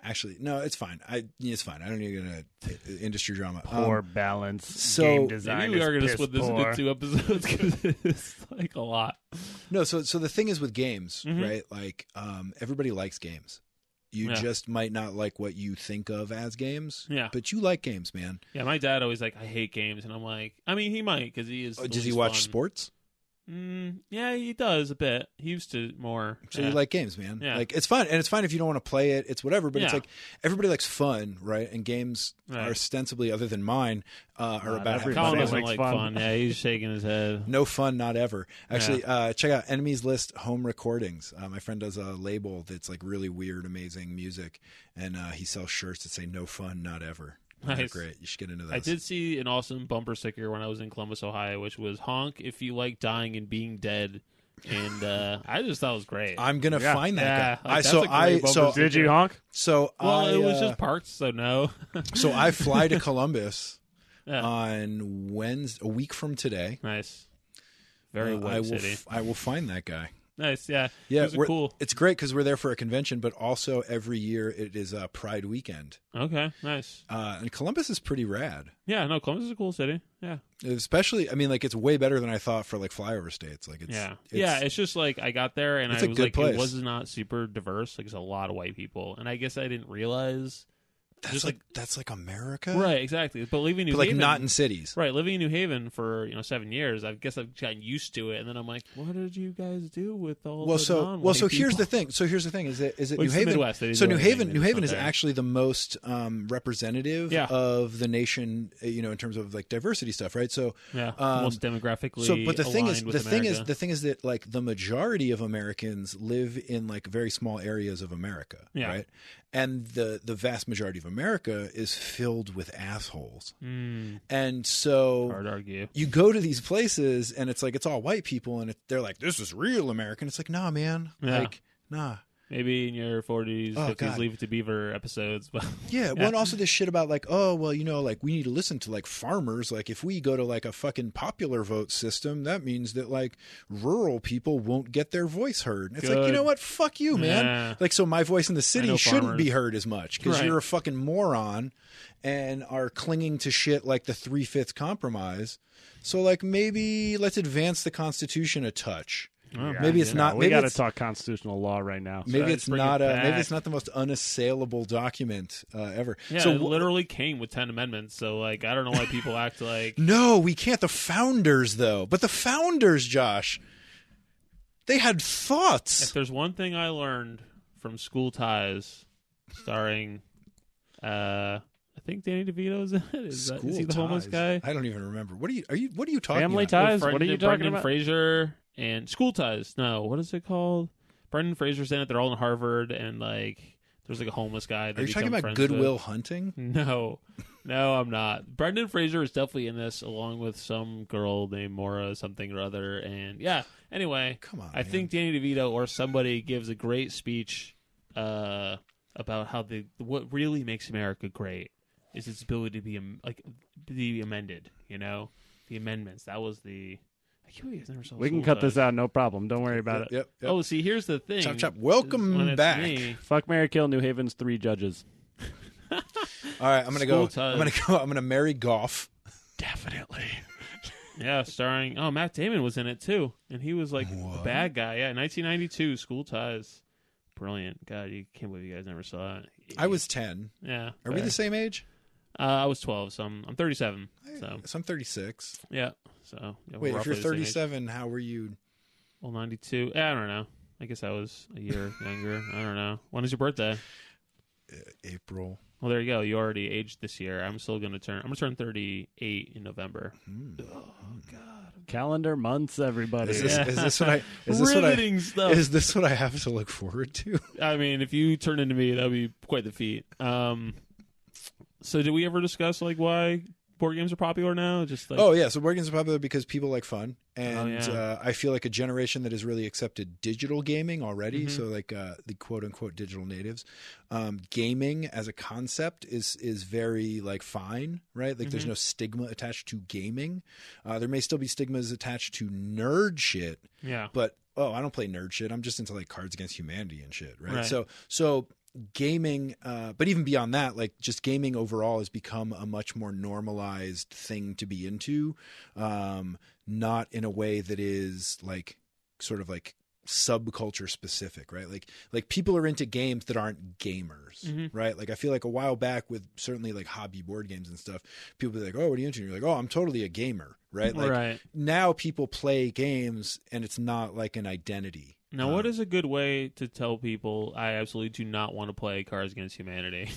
Speaker 3: Actually, no, it's fine. I it's fine. I don't need to get into industry drama. Um,
Speaker 4: Poor balance.
Speaker 3: so-
Speaker 4: game
Speaker 3: Maybe
Speaker 2: Maybe
Speaker 4: design.
Speaker 2: we
Speaker 4: is
Speaker 2: are going to
Speaker 4: piss
Speaker 2: split this
Speaker 4: poor.
Speaker 2: into two episodes because it's like a lot.
Speaker 3: No, so so the thing is with games,
Speaker 2: Mhm.
Speaker 3: right? Like um, everybody likes games. You
Speaker 2: Yeah.
Speaker 3: just might not like what you think of as games,
Speaker 2: Yeah.
Speaker 3: but you like games, man.
Speaker 2: Yeah, my dad always like I hate games, and I'm like, I mean, he might because he is.
Speaker 3: Uh,
Speaker 2: the
Speaker 3: Does he
Speaker 2: least
Speaker 3: watch
Speaker 2: fun.
Speaker 3: sports?
Speaker 2: Mm, yeah, he does a bit. He used to more.
Speaker 3: So
Speaker 2: yeah.
Speaker 3: you like games, man.
Speaker 2: Yeah.
Speaker 3: Like it's fun, and it's fine if you don't want to play it. It's whatever, but it's
Speaker 2: Yeah.
Speaker 3: like everybody likes fun, right? And games
Speaker 2: Right.
Speaker 3: are ostensibly, other than mine, uh, are about
Speaker 4: Not
Speaker 3: having
Speaker 4: everybody
Speaker 2: Colin
Speaker 4: Everybody
Speaker 2: doesn't
Speaker 3: fun.
Speaker 4: likes
Speaker 2: like fun.
Speaker 4: fun.
Speaker 2: Yeah, he's shaking his head.
Speaker 3: No fun, not ever. Actually, uh, check out Enemies List Home Recordings. Uh, my friend does a label that's like really weird, amazing music, and uh, he sells shirts that say "No fun, not ever." They're
Speaker 2: Nice.
Speaker 3: great. You should get into those.
Speaker 2: I did see an awesome bumper sticker when I was in Columbus, Ohio, which was "Honk if you like dying and being dead," and uh, I just thought it was great.
Speaker 3: I'm gonna
Speaker 4: Yeah.
Speaker 3: find that
Speaker 2: Yeah,
Speaker 3: guy.
Speaker 2: like,
Speaker 3: I
Speaker 2: that's
Speaker 3: so
Speaker 2: a great
Speaker 3: I
Speaker 2: bumper
Speaker 3: so
Speaker 2: sticker.
Speaker 4: Did you honk?
Speaker 3: so
Speaker 2: well,
Speaker 3: I
Speaker 2: it was
Speaker 3: uh,
Speaker 2: just parked, so no.
Speaker 3: so I fly to Columbus
Speaker 2: Yeah.
Speaker 3: Uh, on Wednesday, a week from today.
Speaker 2: nice, very
Speaker 3: Uh,
Speaker 2: web
Speaker 3: I will
Speaker 2: city.
Speaker 3: f- I will find that guy.
Speaker 2: nice, yeah,
Speaker 3: Yeah,
Speaker 2: Those are
Speaker 3: we're-
Speaker 2: cool.
Speaker 3: It's great because we're there for a convention, but also every year it is uh, Pride Weekend,
Speaker 2: Okay, nice.
Speaker 3: uh, and Columbus is pretty rad.
Speaker 2: Yeah, no, Columbus is a cool city. Yeah,
Speaker 3: Especially, I mean, like it's way better than I thought for like flyover states. Like it's
Speaker 2: yeah,
Speaker 3: it's,
Speaker 2: yeah. It's just like I got there and
Speaker 3: It's
Speaker 2: I
Speaker 3: a
Speaker 2: was
Speaker 3: good
Speaker 2: like,
Speaker 3: place.
Speaker 2: it was not super diverse. Like, there's a lot of white people, and I guess I didn't realize.
Speaker 3: that's
Speaker 2: just
Speaker 3: like,
Speaker 2: like-
Speaker 3: that's like America,
Speaker 2: Right, exactly. But leaving New
Speaker 3: But like
Speaker 2: Haven,
Speaker 3: not in cities.
Speaker 2: right, living in New Haven for you know seven years, I guess I've gotten used to it. And then I'm like, what did you guys do with all?
Speaker 3: Well,
Speaker 2: the
Speaker 3: so
Speaker 2: non-white
Speaker 3: well, so here's
Speaker 2: people?
Speaker 3: the thing. So here's the thing: is it is it
Speaker 2: Well,
Speaker 3: New
Speaker 2: it's the
Speaker 3: Haven?
Speaker 2: Midwest. They didn't
Speaker 3: so
Speaker 2: do
Speaker 3: New
Speaker 2: anything.
Speaker 3: Haven,
Speaker 2: They
Speaker 3: New
Speaker 2: just
Speaker 3: Haven
Speaker 2: went
Speaker 3: is
Speaker 2: there.
Speaker 3: actually the most um, representative
Speaker 2: Yeah.
Speaker 3: of the nation, uh, you know, in terms of like diversity stuff, right? So,
Speaker 2: yeah,
Speaker 3: um,
Speaker 2: most demographically.
Speaker 3: so but the thing is,
Speaker 2: aligned
Speaker 3: the
Speaker 2: with
Speaker 3: thing is,
Speaker 2: America.
Speaker 3: the thing is that like the majority of Americans live in like very small areas of America,
Speaker 2: Yeah.
Speaker 3: right? And the the vast majority of America is filled with assholes,
Speaker 2: Mm,
Speaker 3: and so
Speaker 2: hard to argue.
Speaker 3: you go to these places and it's like it's all white people, and it, they're like, "This is real American." It's like, nah, man,
Speaker 2: Yeah.
Speaker 3: like, nah.
Speaker 2: Maybe in your 40s,
Speaker 3: Oh,
Speaker 2: 50s,
Speaker 3: God.
Speaker 2: Leave It to Beaver episodes, but
Speaker 3: Yeah, well,
Speaker 2: Yeah.
Speaker 3: and also this shit about like, oh, well, you know, like we need to listen to like farmers. Like, if we go to like a fucking popular vote system, that means that like rural people won't get their voice heard. And it's like, you
Speaker 2: Good.
Speaker 3: know what? Fuck you, man.
Speaker 2: Yeah.
Speaker 3: Like, so my voice in the
Speaker 2: know
Speaker 3: city shouldn't be
Speaker 2: farmers.
Speaker 3: heard as much because
Speaker 2: Right.
Speaker 3: you're a fucking moron and are clinging to shit like the three fifths compromise. So, like, maybe let's advance the Constitution a touch.
Speaker 2: Oh,
Speaker 4: Yeah,
Speaker 3: maybe it's
Speaker 4: you know,
Speaker 3: not- uh,
Speaker 4: We
Speaker 3: maybe
Speaker 4: gotta
Speaker 3: it's-
Speaker 4: talk constitutional law right now.
Speaker 3: Maybe
Speaker 2: let's
Speaker 3: it's
Speaker 2: bring it
Speaker 3: not a maybe
Speaker 2: back.
Speaker 3: it's not the most unassailable document uh, ever.
Speaker 2: Yeah,
Speaker 3: so
Speaker 2: it
Speaker 3: wh-
Speaker 2: literally came with ten amendments. So like, I don't know why people act like
Speaker 3: No, we can't. The founders, though. But the founders, Josh, they had
Speaker 2: if
Speaker 3: thoughts.
Speaker 2: there's one thing I learned from School Ties, starring, uh, I think Danny DeVito's in it. Is, that, is he the homeless guy?
Speaker 3: ties. I don't even remember. What are you? Are you? What are you talking
Speaker 4: Family
Speaker 3: about?
Speaker 4: ties?
Speaker 2: With
Speaker 4: What are you
Speaker 2: Brendan-
Speaker 4: talking
Speaker 2: Brendan
Speaker 4: about?
Speaker 2: Fraser and School Ties. No, what is it called? Brendan Fraser's in it. They're all in Harvard, and like, there's like a homeless guy. That
Speaker 3: Are you talking
Speaker 2: become
Speaker 3: about
Speaker 2: friends with.
Speaker 3: Goodwill Hunting?
Speaker 2: No, no, I'm not. Brendan Fraser is definitely in this, along with some girl named Mora something or other. And yeah, anyway,
Speaker 3: Come on,
Speaker 2: I think Danny DeVito or somebody gives a great speech uh, about how the what really makes America great is its ability to be am- like be amended. You know, the amendments. That was the. I can't believe you guys never saw.
Speaker 4: We can
Speaker 2: School
Speaker 4: cut this
Speaker 2: Ties.
Speaker 4: out, no problem. Don't worry about
Speaker 3: Yep,
Speaker 4: it.
Speaker 3: yep. yep.
Speaker 2: Oh, see, here's the thing.
Speaker 3: Chop, chop.
Speaker 2: is
Speaker 3: Welcome
Speaker 2: when it's
Speaker 3: back.
Speaker 2: me-
Speaker 4: Fuck Mary Kill, New Haven's three judges.
Speaker 3: All right, I'm gonna go.
Speaker 2: School ties.
Speaker 3: I'm gonna go. I'm gonna marry golf.
Speaker 4: Definitely.
Speaker 2: Yeah, starring oh Matt Damon was in it too, and he was like a
Speaker 3: What?
Speaker 2: bad guy. Yeah, 1992, School Ties, brilliant. God, you can't believe you guys never saw it.
Speaker 3: I was ten.
Speaker 2: yeah.
Speaker 3: Are we
Speaker 2: fair.
Speaker 3: the same age?
Speaker 2: Uh, I was 12, so I'm, I'm 37. So
Speaker 3: So I'm 36.
Speaker 2: yeah, so yeah,
Speaker 3: Wait,
Speaker 2: we're
Speaker 3: if you're
Speaker 2: roughly the same age.
Speaker 3: 37, how were you?
Speaker 2: well 92. Yeah, I don't know. I guess I was a year younger. I don't know. When is your birthday?
Speaker 3: April.
Speaker 2: Well, there you go. You already aged this year. I'm still gonna turn. I'm gonna turn 38 in November.
Speaker 4: Calendar months, everybody.
Speaker 3: Is this,
Speaker 2: Yeah.
Speaker 3: is this what I? Is this what I?
Speaker 2: Riveting stuff.
Speaker 3: Is this what I have to look forward to?
Speaker 2: I mean, if you turn into me, that'd be quite the feat. Um, so, did we ever discuss like why board games are popular now? Just like Oh,
Speaker 3: oh yeah, so board games are popular because people like fun, and
Speaker 2: yeah.
Speaker 3: uh, I feel like a generation that has really accepted digital gaming already.
Speaker 2: Mm-hmm.
Speaker 3: So like uh, the quote unquote digital natives, um, gaming as a concept is is very like fine, right? Like
Speaker 2: Mm-hmm.
Speaker 3: there's no stigma attached to gaming. Uh, there may still be stigmas attached to nerd shit,
Speaker 2: yeah,
Speaker 3: but oh, I don't play nerd shit. I'm just into like Cards Against Humanity and shit, right?
Speaker 2: Right.
Speaker 3: So so gaming, uh, but even beyond that, like just gaming overall has become a much more normalized thing to be into, um, not in a way that is like sort of like subculture specific, right? Like like people are into games that aren't gamers,
Speaker 2: Mhm.
Speaker 3: right? Like I feel like a while back with certainly like hobby board games and stuff, people be like, "Oh, what are you into?" And you're like, "Oh, I'm totally a gamer," right? Like uh,
Speaker 2: right.
Speaker 3: now people play games and it's not like an identity.
Speaker 2: Now,
Speaker 3: Um,
Speaker 2: what is a good way to tell people I absolutely do not want to play Cards Against Humanity?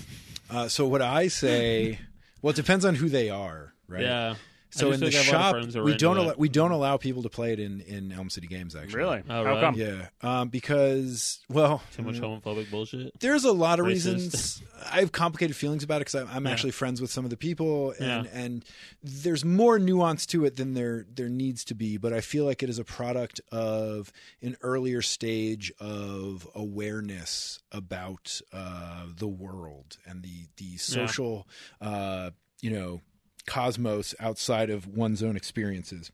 Speaker 3: Uh, so what I say, well, it depends on who they are, right?
Speaker 2: Yeah.
Speaker 3: So
Speaker 2: I
Speaker 3: in
Speaker 2: just
Speaker 3: the
Speaker 2: think I have a lot of
Speaker 3: shop,
Speaker 2: friends that were
Speaker 3: we
Speaker 2: into
Speaker 3: don't
Speaker 2: that.
Speaker 3: allow, we don't allow people to play it in in Elm City Games actually.
Speaker 4: Really?
Speaker 2: Oh,
Speaker 4: How
Speaker 2: really?
Speaker 4: come?
Speaker 3: Yeah, um, because well, mm,
Speaker 2: Too much homophobic bullshit.
Speaker 3: there's a lot of
Speaker 2: Racist.
Speaker 3: reasons I have complicated feelings about it because I'm
Speaker 2: Yeah.
Speaker 3: actually friends with some of the people,
Speaker 2: Yeah.
Speaker 3: and and there's more nuance to it than there there needs to be. But I feel like it is a product of an earlier stage of awareness about uh, the world and the the social, uh, you know, cosmos outside of one's own experiences.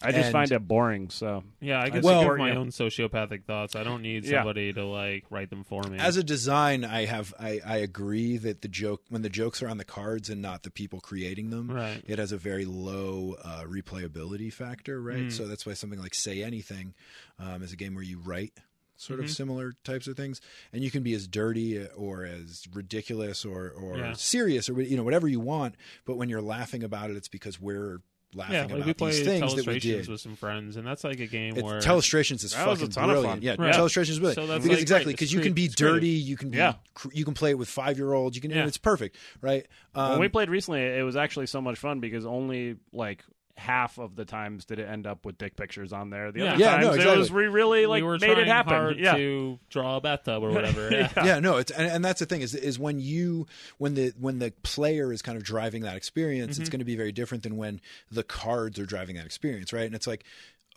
Speaker 4: I just
Speaker 3: And-
Speaker 4: find it boring. So
Speaker 2: Yeah, I guess
Speaker 3: Well-
Speaker 2: I give my
Speaker 4: Yeah.
Speaker 2: own sociopathic thoughts. I don't need
Speaker 4: Yeah.
Speaker 2: somebody to like write them for me.
Speaker 3: As a design, I have I, I agree that the joke when the jokes are on the cards and not the people creating them,
Speaker 2: right.
Speaker 3: it has a very low uh, replayability factor, right? So that's why something like Say Anything um, is a game where you write sort of similar types of things, and you can be as dirty uh, or as ridiculous or or
Speaker 2: Yeah.
Speaker 3: serious or you know whatever you want. But when you're laughing about it, it's because we're laughing
Speaker 2: Yeah, like
Speaker 3: about
Speaker 2: we play
Speaker 3: these things that we
Speaker 2: Telestrations
Speaker 3: did.
Speaker 2: with some friends, and that's like a game
Speaker 3: It's,
Speaker 2: where
Speaker 3: Telestrations is
Speaker 4: That was a
Speaker 3: fucking
Speaker 4: ton of
Speaker 3: brilliant.
Speaker 4: fun.
Speaker 3: Yeah,
Speaker 2: Right.
Speaker 3: Telestrations is brilliant
Speaker 2: So that's
Speaker 3: because
Speaker 2: like,
Speaker 3: exactly
Speaker 2: right,
Speaker 3: because
Speaker 2: it's
Speaker 3: you can
Speaker 2: crea-
Speaker 3: be
Speaker 2: it's creative.
Speaker 3: dirty, you can be
Speaker 4: Yeah.
Speaker 3: cr- you can play it with five year olds, you can
Speaker 2: Yeah.
Speaker 3: it's perfect, right? Um,
Speaker 4: when we played recently, it was actually so much fun because only like half of the times did it end up with dick pictures on there. The
Speaker 2: Yeah.
Speaker 4: other
Speaker 3: Yeah,
Speaker 4: times
Speaker 3: no,
Speaker 4: it was
Speaker 3: exactly.
Speaker 4: we really like
Speaker 2: we were
Speaker 4: made
Speaker 2: trying
Speaker 4: it happen.
Speaker 2: hard
Speaker 4: yeah.
Speaker 2: to draw a bathtub or whatever. Yeah.
Speaker 3: yeah no it's and, and that's the thing is is when you when the when the player is kind of driving that experience
Speaker 2: Mm-hmm.
Speaker 3: it's going to be very different than when the cards are driving that experience right and it's like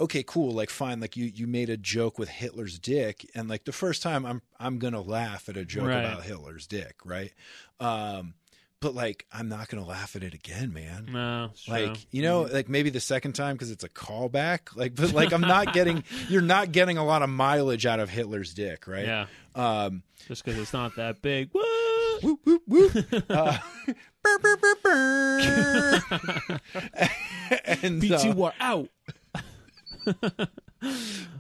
Speaker 3: okay cool like fine like you you made a joke with hitler's dick and like the first time i'm i'm gonna laugh at a joke
Speaker 2: Right.
Speaker 3: about hitler's dick right um but like i'm not gonna laugh at it again man
Speaker 2: No, it's true. Mm-hmm.
Speaker 3: like you know, like maybe the second time because it's a callback. Like, but like I'm not getting, you're not getting a lot of mileage out of Hitler's dick, right?
Speaker 2: yeah,
Speaker 3: Um,
Speaker 2: just because it's not that big. What?
Speaker 3: whoop whoop whoop. Uh, burr, burr, burr, burr. and uh,
Speaker 2: are out.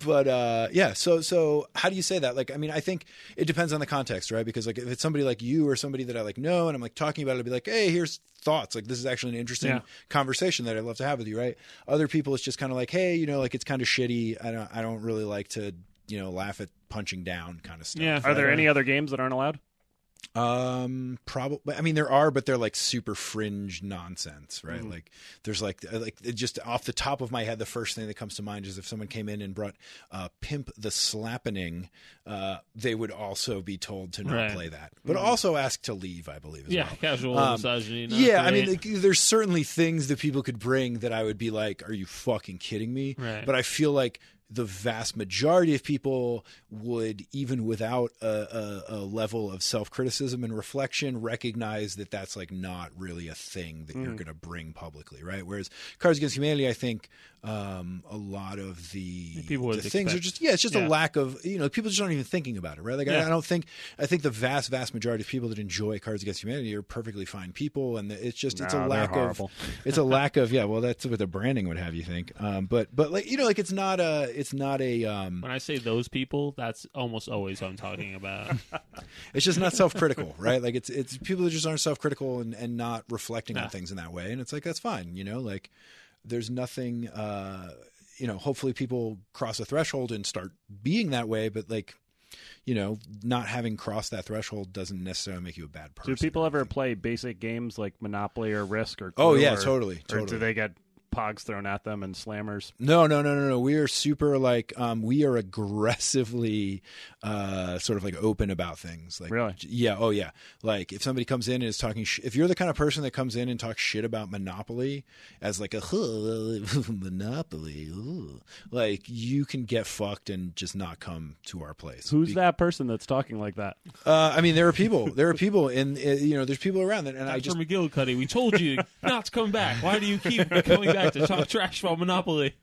Speaker 3: but uh, yeah, so so how do you say that? Like, I mean, I think it depends on the context, right? Because like if it's somebody like you or somebody that I like know, and I'm like talking about it, I'd be like, hey, here's thoughts. Like this is actually an interesting
Speaker 4: Yeah.
Speaker 3: conversation that I'd love to have with you, right? Other people, it's just kind of like, hey, you know, like it's kind of shitty. I don't I don't really like to you know laugh at punching down kind of stuff.
Speaker 2: Yeah.
Speaker 4: Are there
Speaker 2: Right.
Speaker 4: any other games that aren't allowed?
Speaker 3: Um, probably. I mean, there are, but they're like super fringe nonsense, right?
Speaker 2: Mm-hmm.
Speaker 4: Mhm.
Speaker 3: Like, there's like, uh, like it just off the top of my head, the first thing that comes to mind is if someone came in and brought uh, "Pimp the Slappening," uh, they would also be told to not
Speaker 2: Right. Mm-hmm.
Speaker 3: play that, but also ask to leave. I believe. As
Speaker 2: Yeah,
Speaker 3: Well.
Speaker 2: casual
Speaker 3: Um,
Speaker 2: misogyny. not
Speaker 3: Yeah, I
Speaker 2: great.
Speaker 3: mean, like, there's certainly things that people could bring that I would be like, "Are you fucking kidding me?"
Speaker 2: Right.
Speaker 3: But I feel like the vast majority of people would, even without a, a, a level of self criticism and reflection, recognize that that's like not really a thing that you're going to bring publicly, right? Whereas Cards Against Humanity, I think um, a lot of the,
Speaker 2: People
Speaker 3: the
Speaker 2: would
Speaker 3: things are
Speaker 2: expect-
Speaker 3: just yeah, it's just a
Speaker 2: yeah.
Speaker 3: lack of you know people just aren't even thinking about it, right? Like I,
Speaker 2: Yeah.
Speaker 3: I don't think I think the vast vast majority of people that enjoy Cards Against Humanity are perfectly fine people, and it's just it's a
Speaker 4: Nah, they're
Speaker 3: lack of
Speaker 4: horrible.
Speaker 3: it's a lack of yeah well that's what the branding would have you think um but but like you know like it's not a it's not a um
Speaker 2: when I say those people, that's almost always what I'm talking about.
Speaker 3: it's just not self-critical right like it's it's people that just aren't self-critical and and not reflecting on
Speaker 2: Nah.
Speaker 3: things in that way and it's like that's fine you know like there's nothing uh you know hopefully people cross a threshold and start being that way but like you know not having crossed that threshold doesn't necessarily make you a bad person
Speaker 4: Do people
Speaker 3: or
Speaker 4: ever
Speaker 3: anything.
Speaker 4: play basic games like Monopoly or Risk or?
Speaker 3: oh
Speaker 4: Clue
Speaker 3: yeah
Speaker 4: or-
Speaker 3: totally
Speaker 4: Or
Speaker 3: totally
Speaker 4: do they get pogs thrown at them and slammers?
Speaker 3: No, no, no, no, no. We are super like um we are aggressively uh sort of like open about things. Like
Speaker 4: Really?
Speaker 3: Yeah, oh yeah. Like if somebody comes in and is talking sh- if you're the kind of person that comes in and talks shit about Monopoly as like a Monopoly, ooh, like you can get fucked and just not come to our place.
Speaker 4: Who's
Speaker 3: Be-
Speaker 4: that person that's talking like that?
Speaker 3: Uh, I mean there are people. There are people eh, in, in you know there's people around that and I
Speaker 2: Dr.
Speaker 3: just
Speaker 2: McGillicuddy, we told you not to come back. Why do you keep coming back back to talk trash about Monopoly.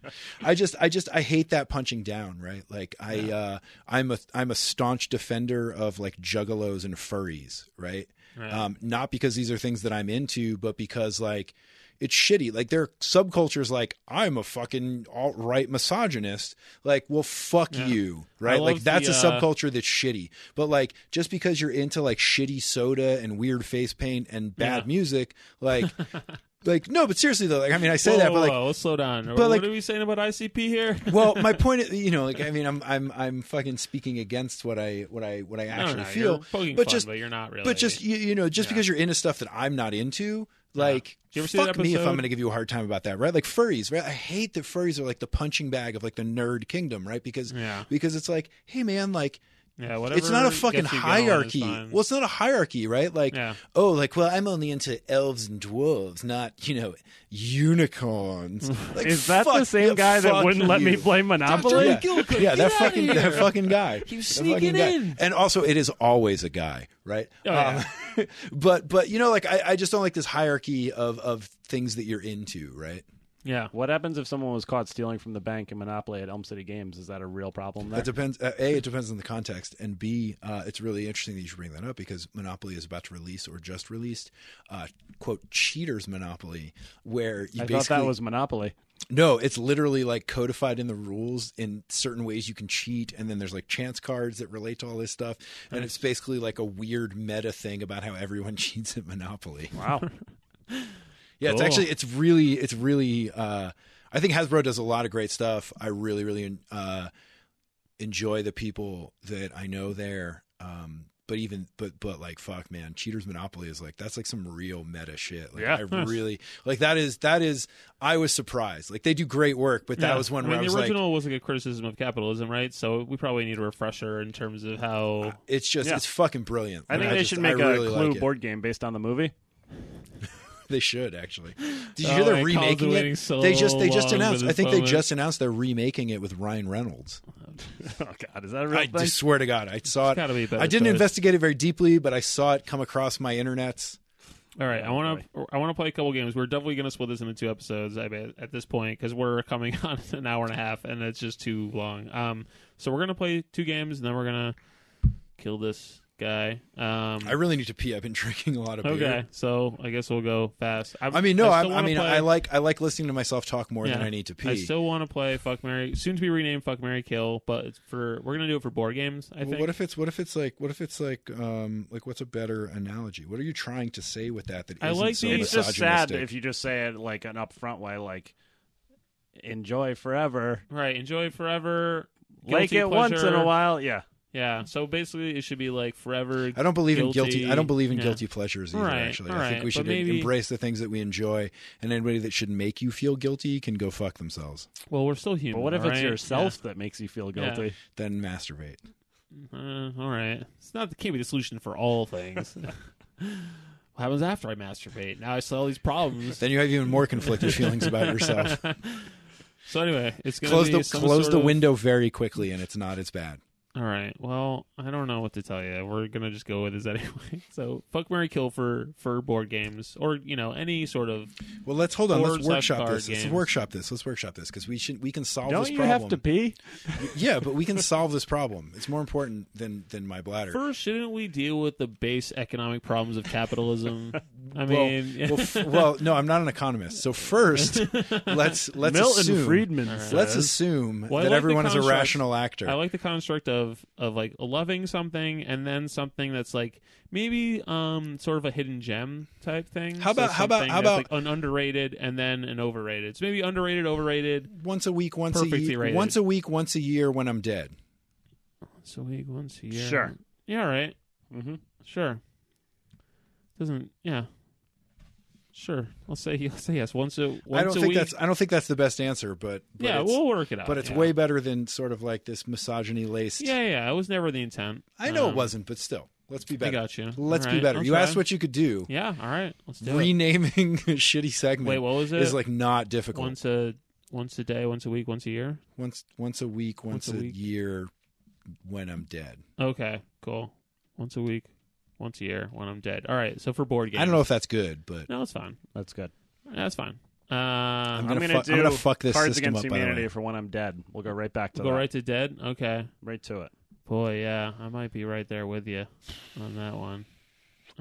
Speaker 3: I just I just I hate that punching down, right? Like I uh I'm a I'm a staunch defender of like juggalos and furries, right? Um not because these are things that I'm into, but because like it's shitty. Like there are subcultures like I'm a fucking alt right misogynist. Like, well fuck you. Right?
Speaker 2: love
Speaker 3: Like that's
Speaker 2: the,
Speaker 3: a
Speaker 2: uh,
Speaker 3: subculture culture that's shitty. But like just because you're into like shitty soda and weird face paint and bad
Speaker 2: Yeah.
Speaker 3: music, like like no, but seriously though, like I mean I say that,
Speaker 2: Whoa,
Speaker 3: but like
Speaker 2: whoa, let's Oh, slow down.
Speaker 3: but,
Speaker 2: what
Speaker 3: like-
Speaker 2: are we saying about ICP here?
Speaker 3: well, my point is, you know, like I mean, I'm I'm I'm fucking speaking against what I what I what I
Speaker 2: I don't
Speaker 3: actually
Speaker 2: know.
Speaker 3: feel,
Speaker 2: You're poking
Speaker 3: but
Speaker 2: fun,
Speaker 3: just
Speaker 2: but you're not really.
Speaker 3: but just you, you know, just because you're into stuff that I'm not into, like
Speaker 2: Do you ever see that
Speaker 3: fuck me if I'm
Speaker 2: episode?
Speaker 3: going to give you a hard time about that, right? Like furries, right? I hate that furries are like the punching bag of like the nerd kingdom, right? Because
Speaker 2: Yeah.
Speaker 3: because it's like, hey man, like
Speaker 2: yeah, whatever.
Speaker 3: it's not a
Speaker 2: gets
Speaker 3: fucking
Speaker 2: you going is
Speaker 3: hierarchy.
Speaker 2: fine.
Speaker 3: Well, it's not a hierarchy, right? Like,
Speaker 2: Yeah.
Speaker 3: oh, like, well, I'm only into elves and dwarves, not you know unicorns. Like,
Speaker 4: Is that
Speaker 3: fuck
Speaker 4: the same
Speaker 3: you,
Speaker 4: guy that
Speaker 3: fuck
Speaker 4: wouldn't let me
Speaker 3: you.
Speaker 4: play Monopoly?
Speaker 3: Yeah,
Speaker 2: Gilchrist,
Speaker 3: yeah,
Speaker 2: get
Speaker 3: that
Speaker 2: outta
Speaker 3: fucking
Speaker 2: here.
Speaker 3: that fucking guy.
Speaker 2: Keep
Speaker 3: That fucking
Speaker 2: sneaking
Speaker 3: guy.
Speaker 2: in.
Speaker 3: And also, it is always a guy, right?
Speaker 2: Oh, yeah.
Speaker 3: Um, but but you know, like I, I just don't like this hierarchy of of things that you're into, right?
Speaker 2: yeah.
Speaker 4: What happens if someone was caught stealing from the bank in Monopoly at Elm City Games? Is that a real problem there?
Speaker 3: It depends. Uh, a, it depends on the context, and B, uh, it's really interesting that you should bring that up because Monopoly is about to release or just released, uh, quote, Cheaters Monopoly, where you
Speaker 4: I thought
Speaker 3: basically
Speaker 4: that was Monopoly.
Speaker 3: no, it's literally like codified in the rules in certain ways you can cheat, and then there's like chance cards that relate to all this stuff, and it's basically like a weird meta thing about how everyone cheats at Monopoly.
Speaker 4: Wow.
Speaker 3: Yeah, it's
Speaker 2: Cool.
Speaker 3: actually it's really it's really uh I think Hasbro does a lot of great stuff. I really really uh enjoy the people that I know there. Um but even but but like fuck man, Cheaters Monopoly is like that's like some real meta shit. Like
Speaker 2: Yeah.
Speaker 3: I really like that is that is I was surprised. Like they do great work, but that
Speaker 2: Yeah.
Speaker 3: was one
Speaker 2: I
Speaker 3: where
Speaker 2: mean,
Speaker 3: I was
Speaker 2: the
Speaker 3: like
Speaker 2: original was like a criticism of capitalism, right? So we probably need a refresher in terms of how.
Speaker 3: it's just
Speaker 4: Yeah.
Speaker 3: it's fucking brilliant.
Speaker 4: I
Speaker 3: Like,
Speaker 4: think they
Speaker 3: just-
Speaker 4: should
Speaker 3: I
Speaker 4: make
Speaker 3: really
Speaker 4: a
Speaker 3: like
Speaker 4: Clue
Speaker 3: it.
Speaker 4: board game based on the movie.
Speaker 3: They should actually. Did you
Speaker 2: Oh,
Speaker 3: hear they're
Speaker 2: man, Colin's
Speaker 3: remaking
Speaker 2: been
Speaker 3: it?
Speaker 2: waiting so
Speaker 3: they just they just
Speaker 2: long for
Speaker 3: announced.
Speaker 2: this
Speaker 3: I think they
Speaker 2: moment.
Speaker 3: just announced they're remaking it with Ryan Reynolds.
Speaker 4: Oh God, is that a real
Speaker 3: I
Speaker 4: thing?
Speaker 3: just swear to God, I saw it.
Speaker 2: gotta be a better
Speaker 3: I didn't
Speaker 2: choice.
Speaker 3: investigate it very deeply, but I saw it come across my internets.
Speaker 2: All right, I want to I want to play a couple games. We're definitely going to split this into two episodes. I bet at this point because we're coming on an hour and a half, and it's just too long. Um, so we're going to play two games, and then we're going to kill this guy. Um,
Speaker 3: I really need to pee. I've been drinking a lot of beer.
Speaker 2: okay, so I guess we'll go fast.
Speaker 3: I mean, no, I,
Speaker 2: still
Speaker 3: I,
Speaker 2: wanna
Speaker 3: mean,
Speaker 2: play-
Speaker 3: I like I like listening to myself talk more than I need to pee.
Speaker 2: I still want to play Fuck Mary, soon to be renamed Fuck Mary Kill, but it's for we're gonna do it for board games. I
Speaker 3: well,
Speaker 2: think.
Speaker 3: what if it's what if it's like what if it's like um like what's a better analogy? What are you trying to say with that? That
Speaker 2: I
Speaker 3: isn't
Speaker 2: like
Speaker 3: so
Speaker 2: these-
Speaker 4: It's just sad
Speaker 3: misogynistic?
Speaker 4: if you just say it like an upfront way, like enjoy forever,
Speaker 2: right, enjoy it forever.
Speaker 4: like
Speaker 2: guilty
Speaker 4: it once in
Speaker 2: pleasure.
Speaker 4: a while. Yeah,
Speaker 2: Yeah. So basically, it should be like forever.
Speaker 3: I don't believe in
Speaker 2: Guilty,
Speaker 3: guilty. I don't believe in
Speaker 2: yeah.
Speaker 3: guilty pleasures either.
Speaker 2: All right,
Speaker 3: actually,
Speaker 2: all
Speaker 3: I
Speaker 2: right,
Speaker 3: think we
Speaker 2: but
Speaker 3: should
Speaker 2: maybe-
Speaker 3: embrace the things that we enjoy, and anybody that should make you feel guilty can go fuck themselves.
Speaker 2: Well, we're still
Speaker 4: but
Speaker 2: human.
Speaker 4: what if
Speaker 2: all
Speaker 4: it's
Speaker 2: right?
Speaker 4: yourself that makes you feel
Speaker 2: Yeah.
Speaker 4: guilty?
Speaker 3: Then masturbate.
Speaker 2: Yeah. Uh, all right. It's not. It can't be the solution for all things. what happens after I masturbate? Now I still have all these problems.
Speaker 3: Then you have even more conflicted feelings about yourself.
Speaker 2: So anyway, it's gonna
Speaker 3: close
Speaker 2: be
Speaker 3: the
Speaker 2: some
Speaker 3: close
Speaker 2: sort
Speaker 3: the
Speaker 2: of-
Speaker 3: window very quickly, and it's not as bad.
Speaker 2: All right. Well, I don't know what to tell you. We're gonna just go with this anyway. So fuck Mary Kill for for board games or you know any sort of
Speaker 3: Well, let's hold on.
Speaker 2: Board
Speaker 3: Let's
Speaker 2: slash
Speaker 3: workshop
Speaker 2: card
Speaker 3: this. Let's
Speaker 2: games.
Speaker 3: workshop this. Let's workshop this because we should we can solve
Speaker 4: Don't
Speaker 3: this
Speaker 4: you
Speaker 3: problem.
Speaker 4: have to pee?
Speaker 3: yeah, but we can solve this problem. It's more important than than my bladder.
Speaker 2: First, shouldn't we deal with the base economic problems of capitalism? I
Speaker 3: well,
Speaker 2: mean,
Speaker 3: well, f- well, no, I'm not an economist. So first, let's let's
Speaker 4: Milton
Speaker 3: assume
Speaker 4: Friedman
Speaker 3: let's
Speaker 4: says.
Speaker 3: assume
Speaker 2: Well, I like
Speaker 3: that
Speaker 2: the
Speaker 3: everyone is a
Speaker 2: construct.
Speaker 3: rational actor.
Speaker 2: I like the construct of of like loving something and then something that's like maybe um sort of a hidden gem type thing.
Speaker 3: How about-
Speaker 2: So
Speaker 3: how about-
Speaker 2: something
Speaker 3: how
Speaker 2: that's,
Speaker 3: about-
Speaker 2: like, an underrated and then an overrated? So maybe underrated, overrated.
Speaker 3: once a week, once a
Speaker 2: Perfectly
Speaker 3: year,
Speaker 2: rated.
Speaker 3: once a week, once a year when I'm dead.
Speaker 2: Once a week, once a year.
Speaker 4: Sure.
Speaker 2: Yeah. All right.
Speaker 3: Mm-hmm.
Speaker 4: hmm
Speaker 2: Sure. Doesn't. Yeah. Sure. I'll say. I'll say yes. Once a. Once
Speaker 3: I don't
Speaker 2: a
Speaker 3: think
Speaker 2: week.
Speaker 3: that's I don't think that's the best answer, but, but
Speaker 2: yeah,
Speaker 3: it's,
Speaker 2: we'll work it out.
Speaker 3: but it's
Speaker 2: yeah.
Speaker 3: way better than sort of like this misogyny laced.
Speaker 2: Yeah, yeah. It was never the intent.
Speaker 3: I know
Speaker 2: Um,
Speaker 3: it wasn't, but still, let's be
Speaker 2: I
Speaker 3: better.
Speaker 2: got you.
Speaker 3: Let's
Speaker 2: All
Speaker 3: be
Speaker 2: right,
Speaker 3: better.
Speaker 2: I'll
Speaker 3: you
Speaker 2: try.
Speaker 3: asked what you could do.
Speaker 2: Yeah. All right. Let's do it.
Speaker 3: Renaming a shitty segment.
Speaker 2: Wait, what was it?
Speaker 3: Is like not difficult. Once
Speaker 2: once a once a day, once a week, once a year.
Speaker 3: once, a week, once,
Speaker 2: a
Speaker 3: a,
Speaker 2: week.
Speaker 3: year, when I'm dead.
Speaker 2: Okay, cool. Once a week, once a year when I'm dead. All right. So for board games,
Speaker 3: I don't know if that's good, but
Speaker 2: No, it's fine.
Speaker 4: That's good.
Speaker 2: That's fine. Uh,
Speaker 3: I'm
Speaker 4: I'm
Speaker 3: gonna
Speaker 4: gonna
Speaker 3: fuck-
Speaker 4: do
Speaker 3: I'm gonna fuck this
Speaker 4: Cards
Speaker 3: system
Speaker 4: Against
Speaker 3: up, by the
Speaker 4: Humanity
Speaker 3: way.
Speaker 4: for when I'm dead. We'll go right back to
Speaker 2: go
Speaker 4: that.
Speaker 2: right to dead. Okay,
Speaker 4: right to it.
Speaker 2: boy, yeah, I might be right there with you on that one.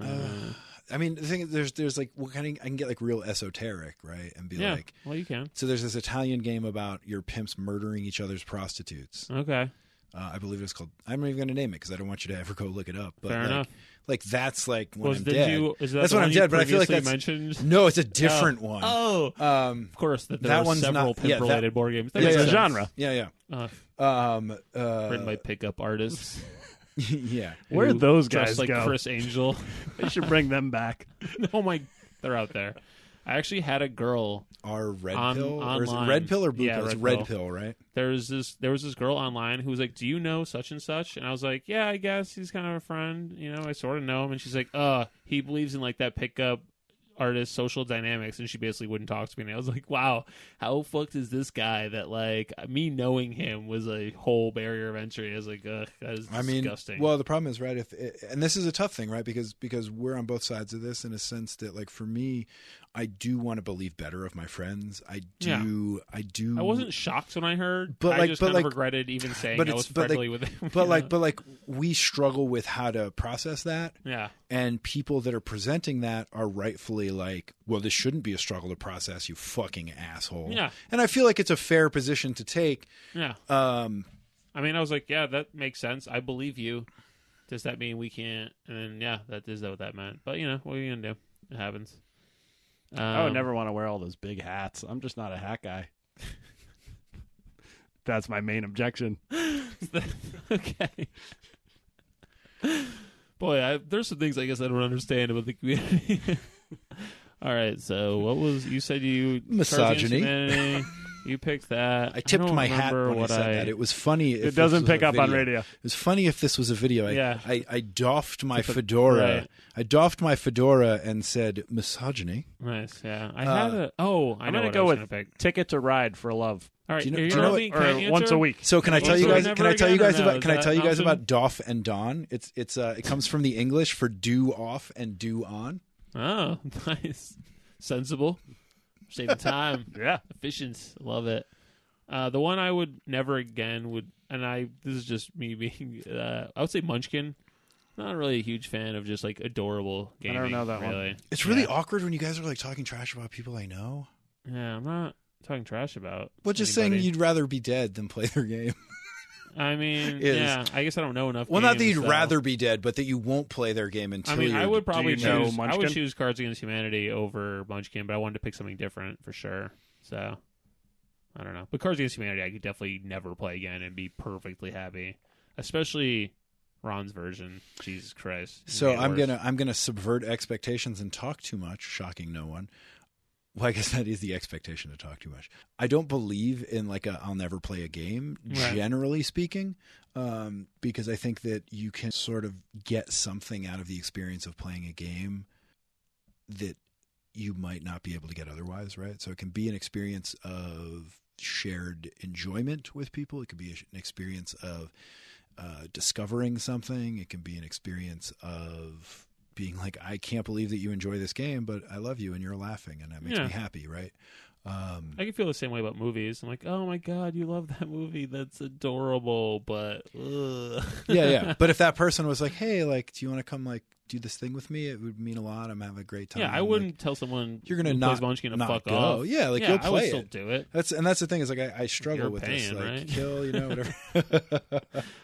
Speaker 2: Uh,
Speaker 3: I mean, the thing is, there's there's like what kind of I can get like real esoteric, right? And be
Speaker 2: yeah,
Speaker 3: like,
Speaker 2: well, you can.
Speaker 3: so there's this Italian game about your pimps murdering each other's prostitutes.
Speaker 2: Okay,
Speaker 3: Uh, I believe it's called. I'm not even going to name it because I don't want you to ever go look it up. But
Speaker 2: Fair
Speaker 3: like,
Speaker 2: enough.
Speaker 3: like that's like when
Speaker 2: Was-
Speaker 3: I'm
Speaker 2: did
Speaker 3: dead.
Speaker 2: you- is that
Speaker 3: that's
Speaker 2: the
Speaker 3: when
Speaker 2: one
Speaker 3: I'm
Speaker 2: you
Speaker 3: dead. But I feel like that's
Speaker 2: previously mentioned?
Speaker 3: no, it's a different one.
Speaker 2: Oh,
Speaker 3: Um,
Speaker 2: of course, that there
Speaker 3: that
Speaker 2: were
Speaker 3: one's
Speaker 2: several
Speaker 3: not- yeah, that-
Speaker 2: pimp-related board games. That
Speaker 3: yeah,
Speaker 2: makes
Speaker 3: yeah.
Speaker 4: It's a
Speaker 2: sense.
Speaker 4: genre.
Speaker 3: yeah,
Speaker 2: Uh,
Speaker 3: yeah. Um, uh,
Speaker 2: written by pickup artists.
Speaker 3: yeah.
Speaker 4: Where
Speaker 2: who
Speaker 4: did those
Speaker 2: dress
Speaker 4: guys
Speaker 2: like
Speaker 4: go?
Speaker 2: Chris Angel.
Speaker 4: I should bring them back.
Speaker 2: oh my, they're out there. I actually had a girl.
Speaker 3: Our red
Speaker 2: On-
Speaker 3: pill, or is it
Speaker 2: online.
Speaker 3: red pill or blue
Speaker 2: Yeah,
Speaker 3: pill? It's
Speaker 2: red pill.
Speaker 3: red pill, right?
Speaker 2: There's this there was this girl online who was like, "Do you know such and such?" And I was like, "Yeah, I guess he's kind of a friend, you know, I sort of know him." And she's like, "Uh, he believes in like that pickup artist social dynamics." And she basically wouldn't talk to me. And I was like, "Wow, how fucked is this guy that like me knowing him was a whole barrier of entry?" I was like, "Ugh, that is
Speaker 3: I mean,
Speaker 2: disgusting."
Speaker 3: well, the problem is right if eh, and this is a tough thing, right? Because because we're on both sides of this in a sense that like for me, I do want to believe better of my friends. I do, I do.
Speaker 2: I wasn't shocked when I heard,
Speaker 3: But,
Speaker 2: but I
Speaker 3: like-
Speaker 2: just
Speaker 3: but,
Speaker 2: kind of
Speaker 3: like-
Speaker 2: regretted even saying
Speaker 3: but
Speaker 2: I
Speaker 3: it's-
Speaker 2: was
Speaker 3: but, like-
Speaker 2: friendly with him.
Speaker 3: but like but like we struggle with how to process that
Speaker 2: yeah,
Speaker 3: and people that are presenting that are rightfully like well this shouldn't be a struggle to process you fucking asshole
Speaker 2: Yeah.
Speaker 3: and i feel like it's a fair position to take
Speaker 2: yeah.
Speaker 3: um
Speaker 2: I mean, I was like, yeah, that makes sense. I believe you. Does that mean we can't? And then, yeah, that is what that meant. But you know, what are you gonna do? It happens. Um,
Speaker 4: I would never want to wear all those big hats. I'm just not a hat guy. That's my main objection.
Speaker 2: Um, okay. Boy, I, there's some things I guess I don't understand about the community. All right, so what was you said you
Speaker 3: Misogyny.
Speaker 2: Humanity, You picked that.
Speaker 3: i tipped
Speaker 2: don't
Speaker 3: my hat
Speaker 2: remember
Speaker 3: when i
Speaker 2: what
Speaker 3: said
Speaker 2: I,
Speaker 3: that it was funny if
Speaker 4: It
Speaker 3: this
Speaker 4: doesn't
Speaker 3: was a
Speaker 4: pick up on
Speaker 3: video.
Speaker 4: radio.
Speaker 3: It was funny if this was a video. I,
Speaker 2: Yeah.
Speaker 3: I, I doffed my fedora.
Speaker 2: right.
Speaker 3: I doffed my fedora and said misogyny.
Speaker 2: Nice, yeah. I
Speaker 3: Uh,
Speaker 2: had a. Oh, I
Speaker 4: I'm
Speaker 2: know
Speaker 4: gonna
Speaker 2: what
Speaker 4: go
Speaker 2: I was
Speaker 4: with
Speaker 2: gonna pick.
Speaker 4: Ticket to Ride for Love,
Speaker 2: All right,
Speaker 3: Do you know-
Speaker 2: you're
Speaker 3: do you
Speaker 2: gonna
Speaker 3: know
Speaker 2: be-
Speaker 4: or
Speaker 2: can I
Speaker 4: once
Speaker 2: answer?
Speaker 4: a week.
Speaker 3: So can I
Speaker 2: Well,
Speaker 3: tell you
Speaker 2: so
Speaker 3: guys?
Speaker 2: never
Speaker 3: Can I tell
Speaker 2: again
Speaker 3: you
Speaker 2: or
Speaker 3: guys
Speaker 2: no?
Speaker 3: about?
Speaker 2: Is
Speaker 3: Can I
Speaker 2: that
Speaker 3: tell you guys
Speaker 2: option?
Speaker 3: about doff and don? It's it's uh, it comes from the English for do off and do on.
Speaker 2: Oh, nice. Sensible. Saving time.
Speaker 4: Yeah,
Speaker 2: Efficient. Love it. Uh, the one I would never again would, and I, this is just me being, uh, I would say Munchkin. Not really a huge fan of just like adorable
Speaker 4: don't
Speaker 2: gaming.
Speaker 4: know that one.
Speaker 2: really.
Speaker 3: It's really
Speaker 2: Yeah.
Speaker 3: awkward when you guys are like talking trash about people I know.
Speaker 2: Yeah, I'm not talking trash about.
Speaker 3: Well, just saying
Speaker 2: anybody.
Speaker 3: you'd rather be dead than play their game.
Speaker 2: I mean,
Speaker 3: is-
Speaker 2: yeah, I guess I don't know enough.
Speaker 3: Well, not that
Speaker 2: games,
Speaker 3: you'd
Speaker 2: though.
Speaker 3: rather be dead, but that you won't play their game until.
Speaker 2: I mean, I
Speaker 3: you're-
Speaker 2: would probably
Speaker 4: you know
Speaker 2: choose. I would
Speaker 4: Munchkin?
Speaker 2: choose Cards Against Humanity over Munchkin, but I wanted to pick something different for sure. So I don't know. But Cards Against Humanity, I could definitely never play again and be perfectly happy, especially Ron's version. Jesus Christ! It
Speaker 3: So
Speaker 2: made it
Speaker 3: I'm
Speaker 2: worse.
Speaker 3: gonna I'm gonna subvert expectations and talk too much, shocking no one. Well, I guess that is the expectation to talk too much. I don't believe in like a I'll never play a game,
Speaker 2: Right.
Speaker 3: generally speaking, um, because I think that you can sort of get something out of the experience of playing a game that you might not be able to get otherwise, right? So it can be an experience of shared enjoyment with people. It could be an experience of uh, discovering something. It can be an experience of being like, I can't believe that you enjoy this game, but I love you and you're laughing and that makes
Speaker 2: Yeah.
Speaker 3: me happy, right? Um,
Speaker 2: I can feel the same way about movies. I'm like, oh my god, you love that movie. That's adorable, but ugh.
Speaker 3: yeah, yeah. But if that person was like, "Hey, like, do you want to come like do this thing with me? It would mean a lot. I'm having a great time."
Speaker 2: yeah, I
Speaker 3: Like,
Speaker 2: wouldn't tell someone
Speaker 3: You're gonna
Speaker 2: who
Speaker 3: not-
Speaker 2: plays Munchkin to
Speaker 3: not
Speaker 2: fuck
Speaker 3: go.
Speaker 2: off.
Speaker 3: Yeah, like, you'll
Speaker 2: I would
Speaker 3: play
Speaker 2: still
Speaker 3: it.
Speaker 2: do it.
Speaker 3: That's and that's the thing is like I, I struggle
Speaker 2: You're
Speaker 3: with this
Speaker 2: paying,
Speaker 3: like
Speaker 2: right?
Speaker 3: kill you know whatever.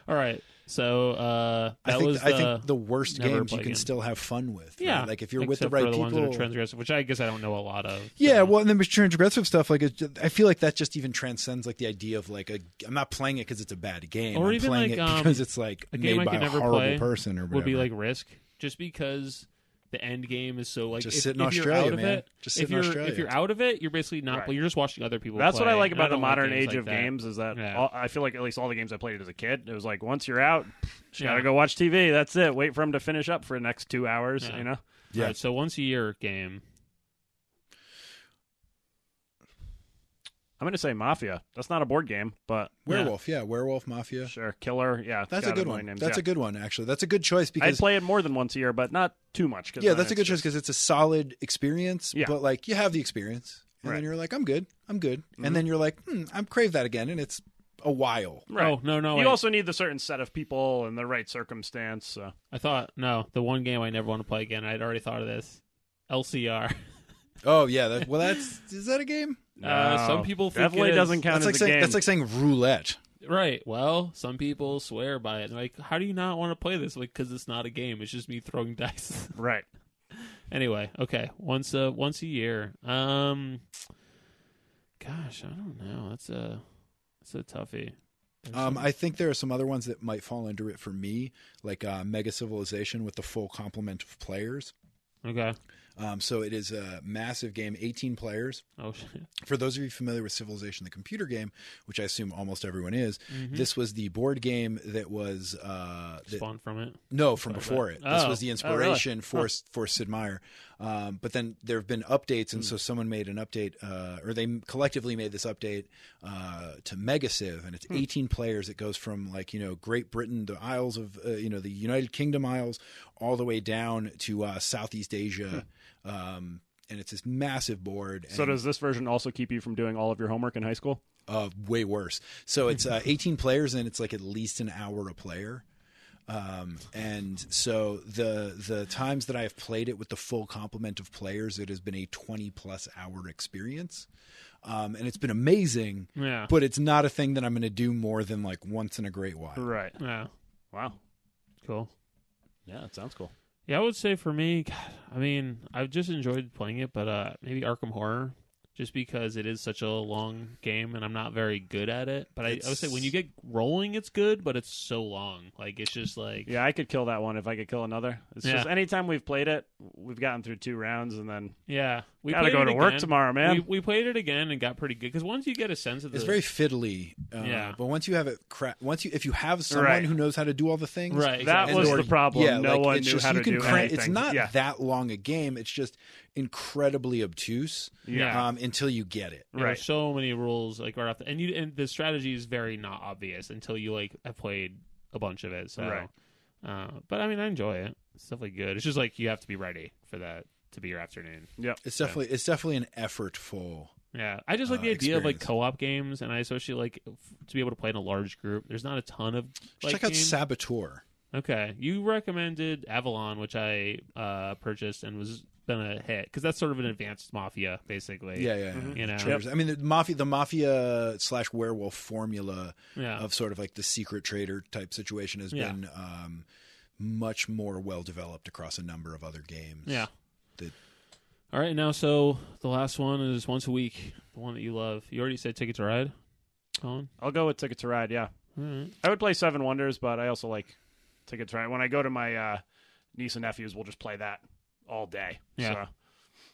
Speaker 2: All right. So uh, that
Speaker 3: I think
Speaker 2: was.
Speaker 3: I
Speaker 2: the-
Speaker 3: think the worst
Speaker 2: never
Speaker 3: games you
Speaker 2: play
Speaker 3: can
Speaker 2: game.
Speaker 3: still have fun with. right?
Speaker 2: Yeah,
Speaker 3: like if you're with the
Speaker 2: except
Speaker 3: right
Speaker 2: for the ones that are
Speaker 3: people.
Speaker 2: transgressive, which I guess I don't know a lot of.
Speaker 3: yeah,
Speaker 2: so.
Speaker 3: well, and then with transgressive stuff, like it's just, I feel like that just even transcends like the idea of like a, I'm not playing it because it's a bad game,
Speaker 2: Or
Speaker 3: I'm
Speaker 2: even,
Speaker 3: playing
Speaker 2: like,
Speaker 3: it
Speaker 2: um,
Speaker 3: because it's like
Speaker 2: a game
Speaker 3: made
Speaker 2: I
Speaker 3: by
Speaker 2: could
Speaker 3: a
Speaker 2: never
Speaker 3: horrible
Speaker 2: play
Speaker 3: person or whatever.
Speaker 2: would be like Risk, just because the end game is so like
Speaker 3: Just
Speaker 2: if,
Speaker 3: sit in
Speaker 2: if you're
Speaker 3: Australia,
Speaker 2: out of
Speaker 3: man.
Speaker 2: it,
Speaker 3: Just sit
Speaker 2: if
Speaker 3: in
Speaker 2: you're
Speaker 3: Australia.
Speaker 2: if you're out of it, you're basically not.
Speaker 4: Right.
Speaker 2: play- You're just watching other people.
Speaker 4: that's what I
Speaker 2: play,
Speaker 4: like
Speaker 2: and
Speaker 4: about the
Speaker 2: don't like
Speaker 4: modern
Speaker 2: games
Speaker 4: age
Speaker 2: like
Speaker 4: of
Speaker 2: that.
Speaker 4: games is that
Speaker 2: Yeah.
Speaker 4: all, I feel like at least all the games I played as a kid, it was like once you're out, you
Speaker 2: Yeah.
Speaker 4: gotta go watch TV. That's it. Wait for them to finish up for the next two hours.
Speaker 2: Yeah.
Speaker 4: You know,
Speaker 3: Yeah.
Speaker 2: Alright, so once a year game.
Speaker 4: I'm gonna say Mafia. That's not a board game, but
Speaker 3: werewolf, yeah, werewolf mafia.
Speaker 4: sure, Killer. Yeah, it's
Speaker 3: That's a
Speaker 4: got
Speaker 3: good one.
Speaker 4: million Names.
Speaker 3: That's
Speaker 4: yeah.
Speaker 3: a good one actually. That's a good choice
Speaker 4: I'd
Speaker 3: because
Speaker 4: play it more than once a year, but not too much. 'cause
Speaker 3: yeah,
Speaker 4: then
Speaker 3: that's a
Speaker 4: it's
Speaker 3: good choice
Speaker 4: just-
Speaker 3: because it's a solid experience.
Speaker 4: Yeah.
Speaker 3: but like you have the experience. and
Speaker 4: Right.
Speaker 3: then
Speaker 4: Mm-hmm.
Speaker 3: you're like, I'm good, I'm good, and then you're like, hmm, I crave that again, and it's a while.
Speaker 4: Right.
Speaker 2: Oh no, no.
Speaker 4: you
Speaker 2: wait.
Speaker 4: also need the certain set of people and the right circumstance. So.
Speaker 2: I thought no. The one game I never want to play again. I'd already thought of this. LCR.
Speaker 3: Oh yeah, that, well that's is that a game?
Speaker 2: Uh, some people think
Speaker 4: definitely
Speaker 2: it is.
Speaker 4: doesn't count
Speaker 3: That's
Speaker 4: as
Speaker 3: like
Speaker 4: a
Speaker 3: saying
Speaker 4: game.
Speaker 3: that's like saying roulette.
Speaker 2: Right. Well, some people swear by it. Like, how do you not want to play this? Like, because it's not a game. It's just me throwing dice.
Speaker 4: right.
Speaker 2: anyway, okay. Once a once a year. Um, gosh, I don't know. That's a that's a toughie.
Speaker 3: Um, I think there are some other ones that might fall under it for me, like uh, Mega Civilization with the full complement of players.
Speaker 2: Okay.
Speaker 3: Um, so it is a massive game, 18 players.
Speaker 2: Oh shit.
Speaker 3: For those of you familiar with Civilization, the computer game, which I assume almost everyone is,
Speaker 2: Mm-hmm.
Speaker 4: Mm-hmm.
Speaker 3: this was the board game that was uh, that,
Speaker 2: Spawned from it.
Speaker 3: no from before it. This
Speaker 2: Oh.
Speaker 3: was the
Speaker 2: Oh, really?
Speaker 3: inspiration for for Sid Meier. Um, but then there have been updates,
Speaker 2: Hmm.
Speaker 3: and so someone made an update, uh, or they collectively made this update uh, to Mega Civ, and it's
Speaker 2: Hmm.
Speaker 3: 18 players. It goes from like you know Great Britain, the Isles of uh, you know the United Kingdom Isles, all the way down to uh, Southeast Asia.
Speaker 2: Hmm.
Speaker 3: Um, and it's this massive board.
Speaker 4: So
Speaker 3: and-
Speaker 4: does this version also keep you from doing all of your homework in high school?
Speaker 3: uh, way worse. So it's uh, 18 players and it's like at least an hour a player. Um, and so the the times that I have played it with the full complement of players, it has been a 20 plus hour experience. Um, and it's been amazing,
Speaker 2: Yeah.
Speaker 3: but it's not a thing that I'm going to do more than like once in a great while.
Speaker 4: Right.
Speaker 2: yeah.
Speaker 4: Wow.
Speaker 2: Cool.
Speaker 4: Yeah, that sounds cool.
Speaker 2: Yeah, I would say for me, God, I mean, I've just enjoyed playing it, but uh, maybe Arkham Horror, just because it is such a long game and I'm not very good at it. But I, I would say when you get rolling, it's good, but it's so long. Like it's just like
Speaker 4: Yeah, I could kill that one if I could kill another. It's
Speaker 2: Yeah.
Speaker 4: just anytime we've played it, we've gotten through two rounds and then
Speaker 2: yeah, we
Speaker 4: gotta
Speaker 2: played
Speaker 4: go
Speaker 2: it
Speaker 4: to work
Speaker 2: again.
Speaker 4: tomorrow, man.
Speaker 2: We, we played it again and got pretty good because once you get a sense of the
Speaker 3: It's very fiddly, uh,
Speaker 2: Yeah.
Speaker 3: but once you have it, cra- once you if you have someone
Speaker 4: Right.
Speaker 3: who knows how to do all the things,
Speaker 2: right,
Speaker 4: that
Speaker 2: exactly.
Speaker 4: was
Speaker 3: or-
Speaker 4: the problem.
Speaker 3: Yeah,
Speaker 4: no
Speaker 3: like,
Speaker 4: one
Speaker 3: it's
Speaker 4: knew
Speaker 3: just,
Speaker 4: how
Speaker 3: you
Speaker 4: to
Speaker 3: can
Speaker 4: do
Speaker 3: cra-
Speaker 4: anything.
Speaker 3: It's not
Speaker 4: yeah.
Speaker 3: that long a game. It's just incredibly obtuse
Speaker 2: Yeah.
Speaker 3: um, until you get it.
Speaker 2: There are
Speaker 4: right.
Speaker 2: so many rules like right off the and you and the strategy is very not obvious until you like have played a bunch of it. So,
Speaker 4: Right.
Speaker 2: uh, but I mean, I enjoy it. It's definitely good. It's just like you have to be ready for that to be your afternoon.
Speaker 4: Yep.
Speaker 3: It's definitely it's definitely an effortful.
Speaker 2: Yeah, I just like
Speaker 3: Uh,
Speaker 2: the idea of like
Speaker 3: experience.
Speaker 2: co-op games, and I especially like f- to be able to play in a large group. There's not a ton of like,
Speaker 3: Check out
Speaker 2: games.
Speaker 3: Saboteur.
Speaker 2: Okay, you recommended Avalon, which I uh purchased and was been a hit because that's sort of an advanced mafia, basically.
Speaker 3: Yeah, yeah, yeah.
Speaker 4: Mm-hmm.
Speaker 2: You know,
Speaker 3: Traders. I mean, the mafia, the mafia slash werewolf formula
Speaker 2: yeah,
Speaker 3: of sort of like the secret trader type situation has
Speaker 2: Yeah.
Speaker 3: been um, much more well developed across a number of other games.
Speaker 2: yeah.
Speaker 3: that-
Speaker 2: All right, now so the last one is once a week, the one that you love. You already said Ticket to Ride, Colin.
Speaker 4: I'll go with Ticket to Ride, yeah.
Speaker 2: All right.
Speaker 4: I would play Seven Wonders, but I also like Ticket to Ride. When I go to my uh, niece and nephews, we'll just play that all day.
Speaker 2: Yeah.
Speaker 4: So,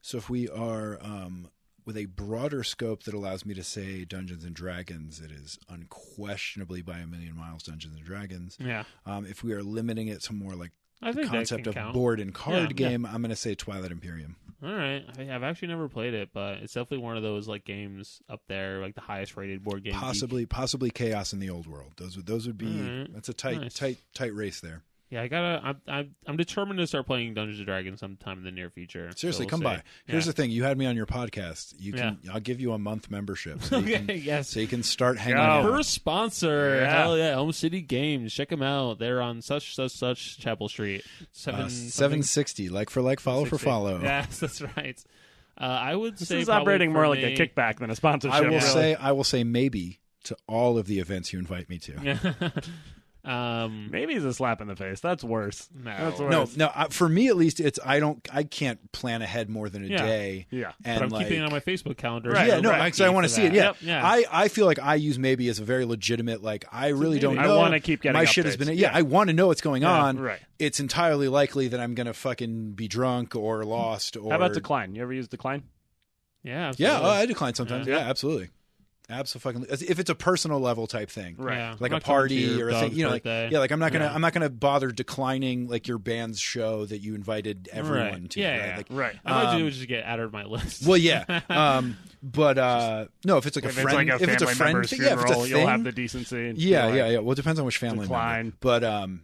Speaker 3: So if we are um, with a broader scope that allows me to say Dungeons and Dragons, it is unquestionably by a million miles Dungeons and Dragons.
Speaker 2: Yeah,
Speaker 3: Um, if we are limiting it to more like
Speaker 2: I
Speaker 3: the
Speaker 2: think
Speaker 3: concept
Speaker 2: that
Speaker 3: of
Speaker 2: can count.
Speaker 3: board and card
Speaker 2: Yeah, yeah.
Speaker 3: game, I'm going to say Twilight Imperium.
Speaker 2: All right, I, I've actually never played it, but it's definitely one of those like games up there, like the highest rated board game. geek.
Speaker 3: possibly possibly chaos in the old world. Those would those would be
Speaker 2: Alright.
Speaker 3: that's a tight
Speaker 2: Mm-hmm. Nice.
Speaker 3: tight tight race there.
Speaker 2: Yeah, I gotta. I'm, I'm I'm determined to start playing Dungeons and Dragons sometime in the near future. so
Speaker 3: Seriously,
Speaker 2: we'll
Speaker 3: come
Speaker 2: see.
Speaker 3: by. Here's
Speaker 2: Yeah.
Speaker 3: the thing: you had me on your podcast. You can I'll give you a month membership. So you
Speaker 2: okay.
Speaker 3: can,
Speaker 2: Yes.
Speaker 3: so you can start hanging
Speaker 4: Go.
Speaker 3: out.
Speaker 2: First sponsor,
Speaker 4: Oh. Yeah.
Speaker 2: hell yeah, Home City Games. Check them out. They're on such such such Chapel Street. Seven
Speaker 3: Uh, 760 like for like follow for
Speaker 2: 60.
Speaker 3: follow
Speaker 2: Yes, that's right. Uh, I would
Speaker 4: this
Speaker 2: say
Speaker 4: is
Speaker 2: probably
Speaker 4: operating
Speaker 2: for
Speaker 4: more like
Speaker 2: me-
Speaker 4: a kickback than a sponsorship.
Speaker 3: i will
Speaker 4: really.
Speaker 3: say i will say maybe to all of the events you invite me to
Speaker 2: um,
Speaker 4: Maybe it's a slap in the face. That's worse.
Speaker 2: no.
Speaker 4: That's worse.
Speaker 3: no no I, for me at least it's i don't i can't plan ahead more than a
Speaker 2: Yeah.
Speaker 3: day
Speaker 4: Yeah.
Speaker 2: But
Speaker 3: and
Speaker 2: I'm
Speaker 3: like,
Speaker 2: keeping it on my Facebook calendar.
Speaker 4: Right,
Speaker 2: so
Speaker 3: yeah, no,
Speaker 2: I'm
Speaker 3: because I
Speaker 2: key
Speaker 3: want to
Speaker 2: for
Speaker 3: see
Speaker 2: that.
Speaker 3: it. Yeah,
Speaker 2: Yep, yeah.
Speaker 3: I, I feel like I use maybe as a very legitimate. Like, I really don't
Speaker 4: I
Speaker 3: know.
Speaker 4: wanna keep getting
Speaker 3: my shit has
Speaker 4: updates.
Speaker 3: been. Yeah, I want to know what's going on.
Speaker 4: right.
Speaker 3: It's entirely likely that I'm gonna fucking be drunk or lost or.
Speaker 4: Mm-hmm. How about decline? You ever use decline?
Speaker 2: yeah,
Speaker 3: Yeah, oh,
Speaker 2: absolutely.
Speaker 3: I decline sometimes.
Speaker 4: Yeah.
Speaker 3: Yeah, absolutely, absolutely. If it's a personal level type thing,
Speaker 4: Right.
Speaker 2: Yeah.
Speaker 3: like
Speaker 2: I'm
Speaker 3: a
Speaker 2: not coming to
Speaker 3: party
Speaker 2: your
Speaker 3: or a thing,
Speaker 2: dog's
Speaker 3: you know, like,
Speaker 2: birthday.
Speaker 3: yeah, like I'm not gonna
Speaker 2: Yeah.
Speaker 3: I'm not gonna bother declining like your band's show that you invited everyone
Speaker 2: Right.
Speaker 3: to.
Speaker 2: Yeah,
Speaker 3: right?
Speaker 2: yeah.
Speaker 3: Like,
Speaker 4: Right.
Speaker 2: I might
Speaker 3: Um,
Speaker 2: do is just get out of my list.
Speaker 3: Well, yeah, um, but uh, no, if it's like a
Speaker 4: if
Speaker 3: friend,
Speaker 4: it's like a
Speaker 3: if
Speaker 4: family
Speaker 3: it's a friend,
Speaker 4: member's
Speaker 3: thing, yeah, if
Speaker 4: funeral,
Speaker 3: it's a thing,
Speaker 4: you'll have the decency. and
Speaker 3: yeah,
Speaker 4: you're like,
Speaker 3: yeah, yeah. Well, it depends on which family. member.
Speaker 4: Decline.
Speaker 3: But um,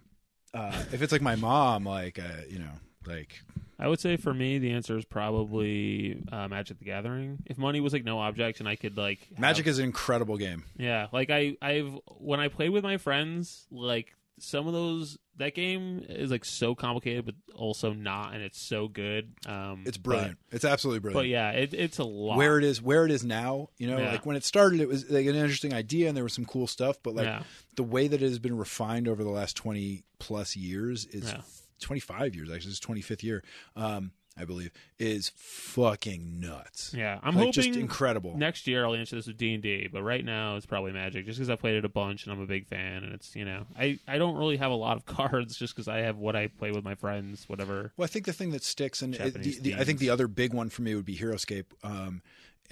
Speaker 3: uh, if it's like my mom, like uh, you know, like
Speaker 2: I would say for me, the answer is probably uh, Magic the Gathering. If money was like no object and I could like have-
Speaker 3: Magic is an incredible game.
Speaker 2: yeah, like I I've when I play with my friends, like some of those that game is like so complicated, but also not, and it's so good. Um,
Speaker 3: It's
Speaker 2: but-
Speaker 3: brilliant. it's absolutely
Speaker 2: But,
Speaker 3: brilliant.
Speaker 2: yeah, it, it's a lot.
Speaker 3: where it is, where it is now, you know,
Speaker 2: Yeah.
Speaker 3: like when it started, it was like an interesting idea and there was some cool stuff, but like
Speaker 2: yeah,
Speaker 3: the way that it has been refined over the last 20 plus years is
Speaker 2: Yeah.
Speaker 3: 25 years actually this is 25th year um i believe is fucking nuts
Speaker 2: yeah. I'm
Speaker 3: Like, just
Speaker 2: hoping
Speaker 3: incredible
Speaker 2: next year I'll answer this with D and D, but right now it's probably Magic, just because I played it a bunch and I'm a big fan, and it's you know I I don't really have a lot of cards, just because I have what I play with my friends, whatever.
Speaker 3: well i think the thing that sticks and it, the,
Speaker 2: Japanese
Speaker 3: the, i think
Speaker 2: themes.
Speaker 3: the other big one for me would be heroescape um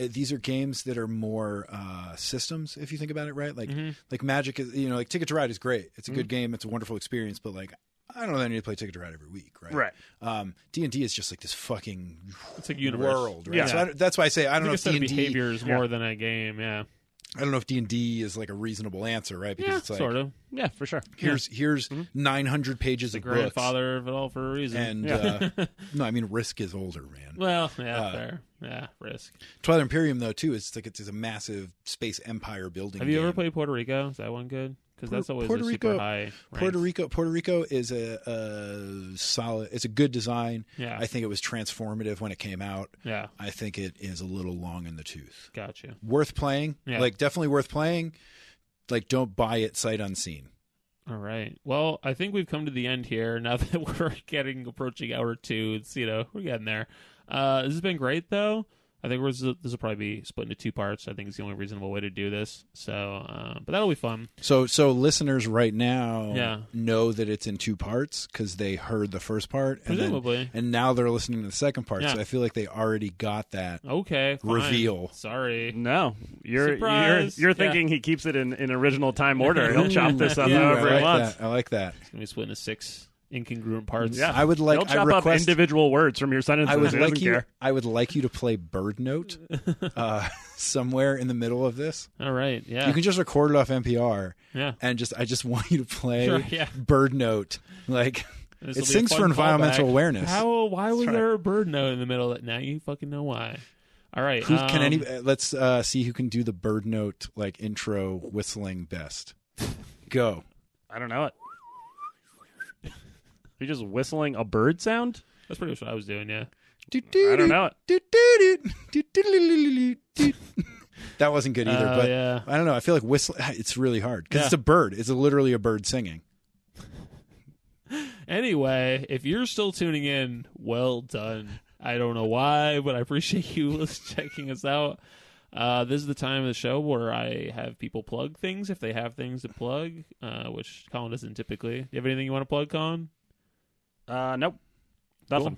Speaker 3: uh, these are games that are more uh, systems, if you think about it, right? Like,
Speaker 2: Mm-hmm.
Speaker 3: like Magic is, you know, like Ticket to Ride is great. It's a good game. It's a wonderful experience. But like, I don't know that I need to play Ticket to Ride every week, right?
Speaker 4: Right.
Speaker 3: Um, D and D is just like this fucking
Speaker 2: It's like universe.
Speaker 3: world, right?
Speaker 4: Yeah.
Speaker 3: So I don't- that's why I say I
Speaker 2: I think
Speaker 3: don't know
Speaker 2: it's set
Speaker 3: if D
Speaker 2: of
Speaker 3: and D
Speaker 2: behaviors
Speaker 4: yeah.
Speaker 2: more than a game. Yeah,
Speaker 3: I don't know if D and D is like a reasonable answer, right? Because
Speaker 2: yeah,
Speaker 3: it's like
Speaker 2: sort of. Mm-hmm.
Speaker 4: Yeah, for sure.
Speaker 3: here's here's 900 pages
Speaker 2: The
Speaker 3: of books,
Speaker 2: grandfather of it all for a reason.
Speaker 3: and uh, no, I mean Risk is older, man.
Speaker 2: well, yeah,
Speaker 3: uh,
Speaker 2: fair. Yeah, risk.
Speaker 3: Twilight Imperium though too is like it's, it's a massive space empire building.
Speaker 2: Have you ever
Speaker 3: game.
Speaker 2: played Puerto Rico? Is that one good? Because
Speaker 3: Pu-
Speaker 2: that's always
Speaker 3: Puerto
Speaker 2: a super
Speaker 3: Rico-
Speaker 2: high.
Speaker 3: Puerto
Speaker 2: ranks.
Speaker 3: Rico? Puerto Rico is a, a solid. It's a good design.
Speaker 2: Yeah.
Speaker 3: I think it was transformative when it came out.
Speaker 2: Yeah,
Speaker 3: I think it is a little long in the tooth.
Speaker 2: gotcha.
Speaker 3: Worth playing,
Speaker 2: Yeah.
Speaker 3: like definitely worth playing. Like don't buy it sight unseen.
Speaker 2: All right. Well, I think we've come to the end here. Now that we're getting approaching hour two, it's you know we're getting there. Uh, this has been great though. I think we're, this will probably be split into two parts. I think it's the only reasonable way to do this. So, uh, but that'll be fun.
Speaker 3: So, so listeners right now
Speaker 2: Yeah.
Speaker 3: know that it's in two parts because they heard the first part, and then,
Speaker 2: Presumably.
Speaker 3: and now they're listening to the second part.
Speaker 2: Yeah.
Speaker 3: So I feel like they already got that.
Speaker 2: okay. fine.
Speaker 3: Reveal.
Speaker 2: Sorry.
Speaker 4: No, you're
Speaker 2: Surprise.
Speaker 4: you're you're
Speaker 2: Yeah.
Speaker 4: thinking he keeps it in, in original time order. He'll chop this up
Speaker 3: Ooh,
Speaker 4: however
Speaker 3: I like
Speaker 4: he wants.
Speaker 3: That. I like that.
Speaker 2: It's gonna be split into six incongruent parts.
Speaker 4: Yeah.
Speaker 3: I would like.
Speaker 4: He'll
Speaker 3: I
Speaker 4: chop up
Speaker 3: request.
Speaker 4: individual words from your sentences.
Speaker 3: I would
Speaker 4: he
Speaker 3: like
Speaker 4: doesn't
Speaker 3: you.
Speaker 4: care.
Speaker 3: I would like you to play Bird Note uh, somewhere in the middle of this.
Speaker 2: All right. Yeah.
Speaker 3: You can just record it off NPR
Speaker 2: yeah.
Speaker 3: and just. I just want you to play
Speaker 2: Sure, yeah.
Speaker 3: Bird Note. Like
Speaker 2: This will
Speaker 3: it
Speaker 2: be a
Speaker 3: sings for
Speaker 2: fun
Speaker 3: environmental
Speaker 2: callback.
Speaker 3: awareness.
Speaker 2: How? Why was
Speaker 3: right.
Speaker 2: there a bird note in the middle? That now you fucking know why. All right.
Speaker 3: Who can
Speaker 2: um,
Speaker 3: any? uh, Let's uh, see who can do the bird note like intro whistling best. Go.
Speaker 4: I don't know it. You're just whistling a bird sound.
Speaker 2: That's pretty much what I was doing. Yeah.
Speaker 4: I don't know it.
Speaker 3: That wasn't good either,
Speaker 2: Oh,
Speaker 3: but
Speaker 2: yeah.
Speaker 3: I don't know. I feel like whistle. It's really hard because
Speaker 2: Yeah.
Speaker 3: it's a bird. It's literally a bird singing.
Speaker 2: Anyway, if you're still tuning in, well done. I don't know why, but I appreciate you checking us out. Uh, this is the time of the show where I have people plug things if they have things to plug, uh, which Colin doesn't typically. You have anything you want to plug, Colin?
Speaker 4: Uh, nope. Nothing.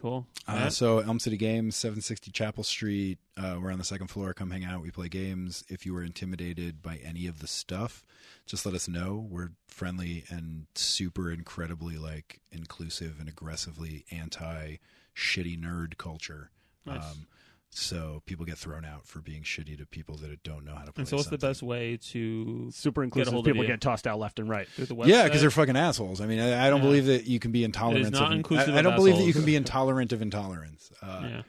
Speaker 2: Cool.
Speaker 3: Uh,
Speaker 2: Matt?
Speaker 3: so Elm City Games, 760 Chapel Street. Uh, we're on the second floor. Come hang out. We play games. If you were intimidated by any of the stuff, just let us know. We're friendly and super incredibly like inclusive and aggressively anti shitty nerd culture.
Speaker 2: Nice.
Speaker 3: um, so people get thrown out for being shitty to people that don't know how to play.
Speaker 2: and so, what's the
Speaker 3: something.
Speaker 2: best way to
Speaker 4: Super inclusive.
Speaker 2: hold of
Speaker 4: People
Speaker 2: you.
Speaker 4: get tossed out left and right.
Speaker 2: through the website?
Speaker 3: Yeah, because they're fucking assholes. I mean, I, I don't
Speaker 2: Yeah.
Speaker 3: believe that you can be intolerant.
Speaker 2: not
Speaker 3: of,
Speaker 2: inclusive
Speaker 3: I, I
Speaker 2: of
Speaker 3: don't believe that you
Speaker 2: assholes.
Speaker 3: can be intolerant of intolerance. Uh,
Speaker 2: Yeah.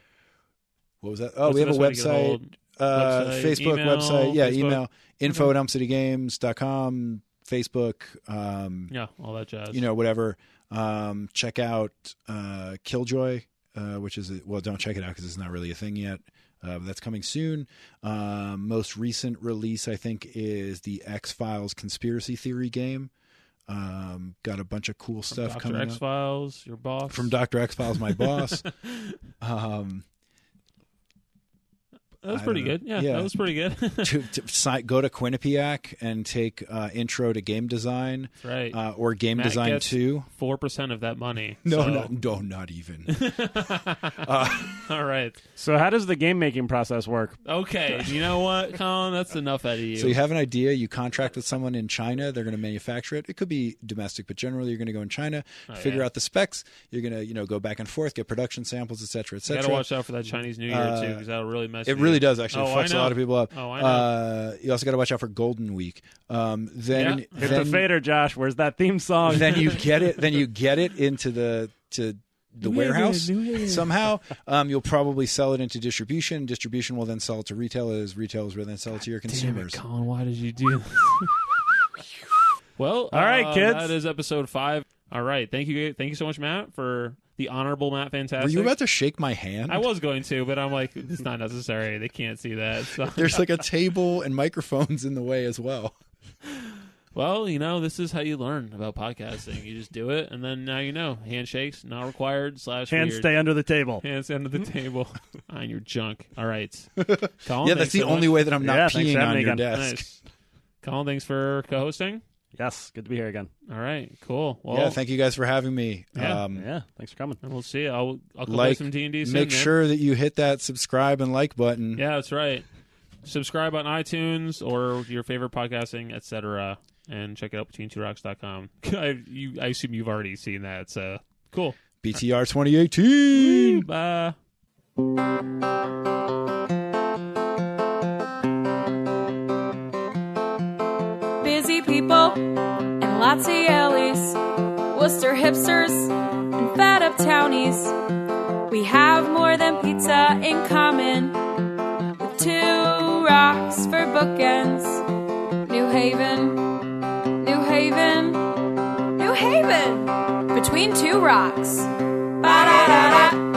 Speaker 3: What was that? Oh,
Speaker 2: What's
Speaker 3: we
Speaker 2: the
Speaker 3: have
Speaker 2: best
Speaker 3: a
Speaker 2: way to get
Speaker 3: website.
Speaker 2: hold?
Speaker 3: Uh,
Speaker 2: Website,
Speaker 3: Facebook
Speaker 2: email,
Speaker 3: website. Yeah,
Speaker 2: Facebook.
Speaker 3: email info at elmcitygames.com, Facebook, um,
Speaker 2: Yeah, all that jazz.
Speaker 3: you know, whatever. Um, check out uh, Killjoy, uh, which is, a, well, don't check it out because it's not really a thing yet. Uh, but that's coming soon. Um, most recent release, I think, is the X Files conspiracy theory game. Um, got a bunch of cool stuff
Speaker 2: Doctor
Speaker 3: coming
Speaker 2: X
Speaker 3: up.
Speaker 2: Files, your boss
Speaker 3: from Doctor X Files, my boss. um,
Speaker 2: That was
Speaker 3: I
Speaker 2: pretty
Speaker 3: don't know.
Speaker 2: good. Yeah,
Speaker 3: Yeah.
Speaker 2: that was pretty good. That's
Speaker 3: to, to si- go to Quinnipiac and take uh, intro to game design
Speaker 2: right.
Speaker 3: uh, or game
Speaker 2: Matt
Speaker 3: design
Speaker 2: gets-
Speaker 3: two.
Speaker 2: Four percent of that money.
Speaker 3: No,
Speaker 2: So-
Speaker 3: no, no, not even. uh,
Speaker 2: All right.
Speaker 4: So how does the game making process work?
Speaker 2: Okay. You know what, Colin? That's enough out of you.
Speaker 3: so you have an idea, you contract with someone in China, they're going to manufacture it. It could be domestic, but generally you're going to go in China,
Speaker 2: Oh,
Speaker 3: figure
Speaker 2: yeah.
Speaker 3: out the specs. You're going to, you know, go back and forth, get production samples, et cetera, et
Speaker 2: You
Speaker 3: cetera.
Speaker 2: gotta watch out for that Chinese New Year too,
Speaker 3: Uh,
Speaker 2: because that'll really mess.
Speaker 3: It
Speaker 2: with
Speaker 3: really
Speaker 2: you.
Speaker 3: does actually.
Speaker 2: Oh,
Speaker 3: it fucks
Speaker 2: I
Speaker 3: a
Speaker 2: know.
Speaker 3: lot of people up.
Speaker 2: Oh, I know.
Speaker 3: Uh, you also got to watch out for Golden Week. Um, then,
Speaker 2: Yeah.
Speaker 4: Hit
Speaker 3: then
Speaker 4: the fader, Josh. Where's that theme song?
Speaker 3: then you get it. Then you get it into the to the
Speaker 2: Yeah, yeah,
Speaker 3: warehouse
Speaker 2: yeah.
Speaker 3: somehow. Um, you'll probably sell it into distribution. Distribution will then sell it to retailers. Retailers will then sell it to your
Speaker 2: Damn it,
Speaker 3: consumers.
Speaker 2: Colin, why did you do that? well,
Speaker 4: All right,
Speaker 2: uh,
Speaker 4: kids.
Speaker 2: That is episode five. All right. Thank you. Thank you so much, Matt, for the honorable Matt Fantastic.
Speaker 3: Were you about to shake my hand?
Speaker 2: I was going to, but I'm like, it's not necessary. They can't see that. So.
Speaker 3: There's like a table and microphones in the way as well.
Speaker 2: Well, you know, this is how you learn about podcasting. You just do it, and then now you know. Handshakes not required. Slash
Speaker 4: Hands
Speaker 2: weird.
Speaker 4: stay under the table.
Speaker 2: Hands under the table on your junk. All right, Colin.
Speaker 3: yeah,
Speaker 2: thanks
Speaker 3: that's the
Speaker 2: so
Speaker 3: only
Speaker 2: much.
Speaker 3: way that I'm not
Speaker 4: Yeah, thanks for
Speaker 3: peeing
Speaker 4: having
Speaker 3: on
Speaker 4: me
Speaker 3: your
Speaker 4: again.
Speaker 3: desk.
Speaker 2: Nice. Colin, thanks for co-hosting.
Speaker 4: Yes, good to be here again.
Speaker 2: All right, cool. Well,
Speaker 3: yeah, thank you guys for having me.
Speaker 2: Yeah.
Speaker 3: um,
Speaker 4: Yeah, thanks for coming.
Speaker 2: and we'll see. I'll I'll go play
Speaker 3: like,
Speaker 2: some D and D.
Speaker 3: make sure that you hit that subscribe and like button.
Speaker 2: Yeah, that's right. Subscribe on iTunes or your favorite podcasting, etc. And check it out between2rocks.com. I, you, I assume you've already seen that. So cool.
Speaker 3: BTR 2018.
Speaker 2: Bye.
Speaker 1: busy people and lots of yellies, Worcester hipsters and fat up townies. We have more than pizza in common. With two rocks for bookends. New Haven, New Haven, New Haven. Between two rocks. Ba-da-da-da.